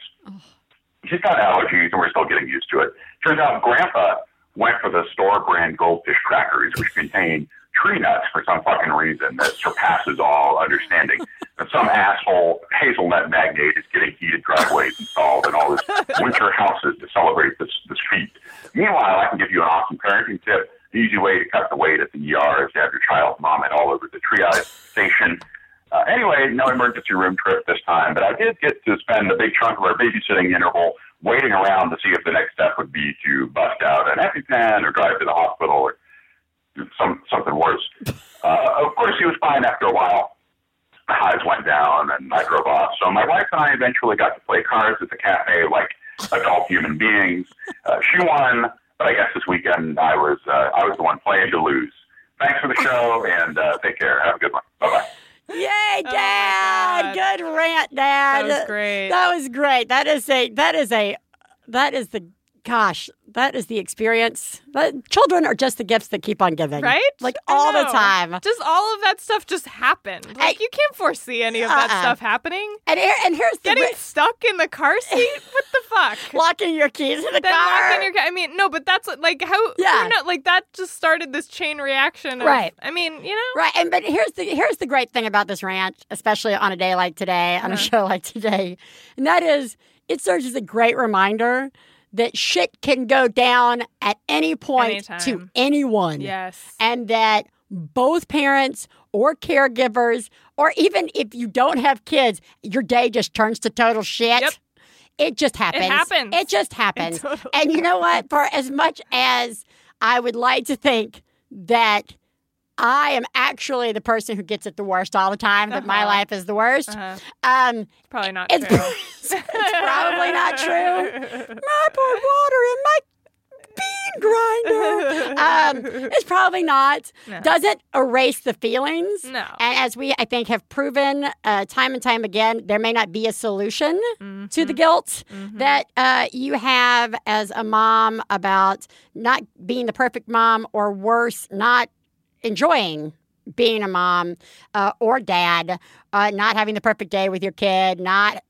M: she's got allergies and we're still getting used to it. Turns out grandpa went for the store brand goldfish crackers, which contain tree nuts for some fucking reason that surpasses all understanding. And some asshole hazelnut magnate is getting heated driveways installed in all his winter houses to celebrate this, this feat. Meanwhile, I can give you an awesome parenting tip. The easy way to cut the weight at the ER is to have your child vomit all over the triage station. Uh, anyway, no emergency room trip this time, but I did get to spend a big chunk of our babysitting interval waiting around to see if the next step would be to bust out an EpiPen or drive to the hospital or some something worse. Uh, of course, he was fine after a while. The hives went down, and I drove off. So my wife and I eventually got to play cards at the cafe like adult human beings. Uh, she won, but I guess this weekend I was uh, I was the one playing to lose. Thanks for the show, and uh, take care. Have a good one. Bye bye.
A: Yay, Dad! Good rant, Dad.
B: Oh That was great.
A: That was great. That is a that is a that is the gosh, that is the experience. That children are just the gifts that keep on giving.
B: Right?
A: Like
B: I
A: all the
B: know.
A: time.
B: Just all of that stuff just happened. Like you can't foresee any of that
A: Uh-uh.
B: stuff happening.
A: And here, and here's the
B: getting
A: ri-
B: stuck in the car seat. What the fuck?
A: Locking your keys in the
B: then
A: car.
B: locking your ca- I mean, no, but that's like how.
A: Yeah.
B: who kno- like that just started this chain reaction. Of,
A: Right.
B: I mean, you know.
A: Right, and but here's the here's the great thing about this rant, especially on a day like today,
B: Uh-huh.
A: on a show like today, and that is it serves as a great reminder that shit can go down at any point to
B: Anytime.
A: anyone.
B: Yes.
A: and that both parents or caregivers, or even if you don't have kids, your day just turns to total shit. It just happens.
B: happens.
A: It just happens.
B: totally
A: and you know what? For as much as I would like to think that I am actually the person who gets it the worst all the time, that my
B: Uh-huh.
A: life is the worst.
B: Uh-huh.
A: Um,
B: Probably not
A: it's,
B: true.
A: it's probably not true. I poured water in my bean grinder. Um, it's probably not.
B: No.
A: Doesn't erase the feelings.
B: No.
A: And as we, I think, have proven uh, time and time again, there may not be a solution to
B: Mm-hmm.
A: the guilt that uh, you have as a mom about not being the perfect mom, or worse, not enjoying being a mom uh, or dad, uh, not having the perfect day with your kid, not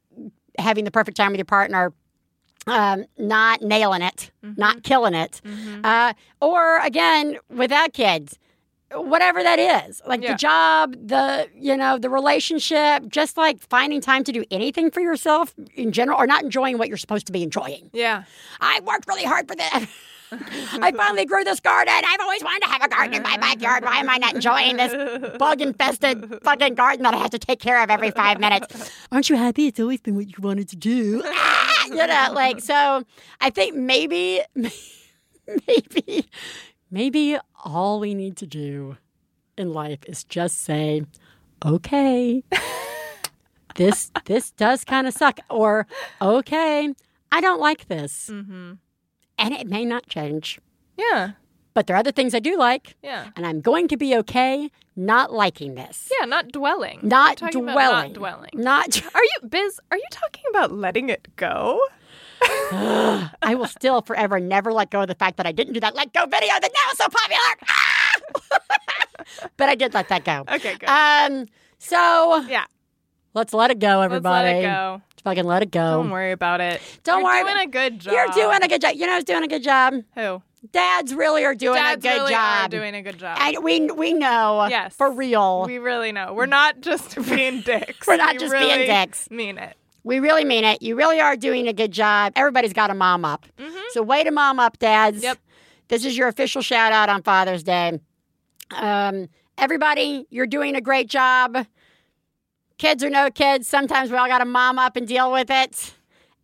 A: having the perfect time with your partner, um, not nailing it, not killing it, uh, or again without kids, whatever that is, like
B: Yeah.
A: the job, the you know the relationship, just like finding time to do anything for yourself in general, or not enjoying what you're supposed to be enjoying.
B: Yeah.
A: I worked really hard for this. I finally grew this garden. I've always wanted to have a garden in my backyard. Why am I not enjoying this bug infested fucking garden that I have to take care of every five minutes? Aren't you happy? It's always been what you wanted to do. Ah, you know, like, so I think maybe, maybe, maybe all we need to do in life is just say, okay, this, this does kind of suck, or okay, I don't like this
B: Mm-hmm.
A: and it may not change.
B: Yeah.
A: But there are other things I do like,
B: Yeah.
A: and I'm going to be okay not liking this.
B: Yeah. Not dwelling.
A: Not
B: We're talking about
A: dwelling.
B: Not dwelling.
A: Not.
B: Are you Biz? Are you talking about letting it go?
A: I will still forever never let go of the fact that I didn't do that let go video that now is so popular. Ah! but I did let that go.
B: Okay. Good.
A: Um. So
B: yeah.
A: let's let it go,
B: Let's
A: everybody.
B: let it go.
A: Just fucking let it go.
B: Don't worry about it.
A: Don't
B: You're
A: worry
B: Doing
A: about-
B: a good job.
A: You're doing a good job. You know who's doing a good job?
B: Who?
A: Dads really are doing
B: Dads
A: a good
B: really
A: job.
B: Are doing a good job.
A: and we we know
B: Yes.
A: for real.
B: we really know. We're not just being dicks.
A: We're not
B: We
A: just being
B: really
A: dicks.
B: Mean it.
A: We really mean it. You really are doing a good job. Everybody's got a mom up. So way to mom up, dads.
B: Yep.
A: This is your official shout out on Father's Day. Um, everybody, you're doing a great job. Kids or no kids, sometimes we all got to mom up and deal with it.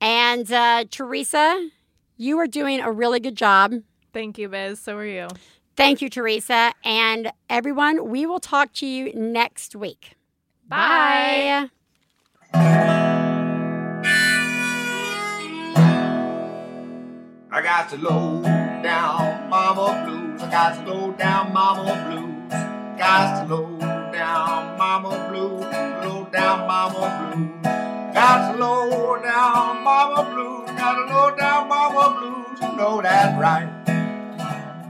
A: And uh, Teresa, you are doing a really good job.
B: Thank you, Biz. So are you.
A: Thank you, Teresa. And everyone, we will talk to you next week. Bye.
N: I got to low down mama blues. I got to low down mama blues. Got to low down mama blues. Low down mama blues. Got to low down mama blues. Got to low down mama blues. You know that right.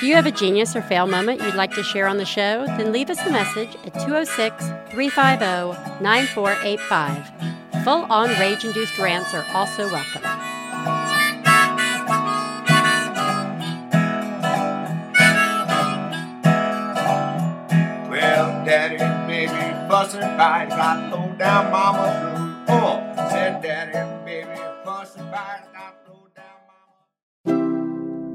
A: Do you have a genius or fail moment you'd like to share on the show? Then leave us a message at 206 350 9485. Full on rage induced rants are also welcome.
N: Well, daddy may be busting by, got low down mama blue. Oh, said daddy may be busting by, got low down.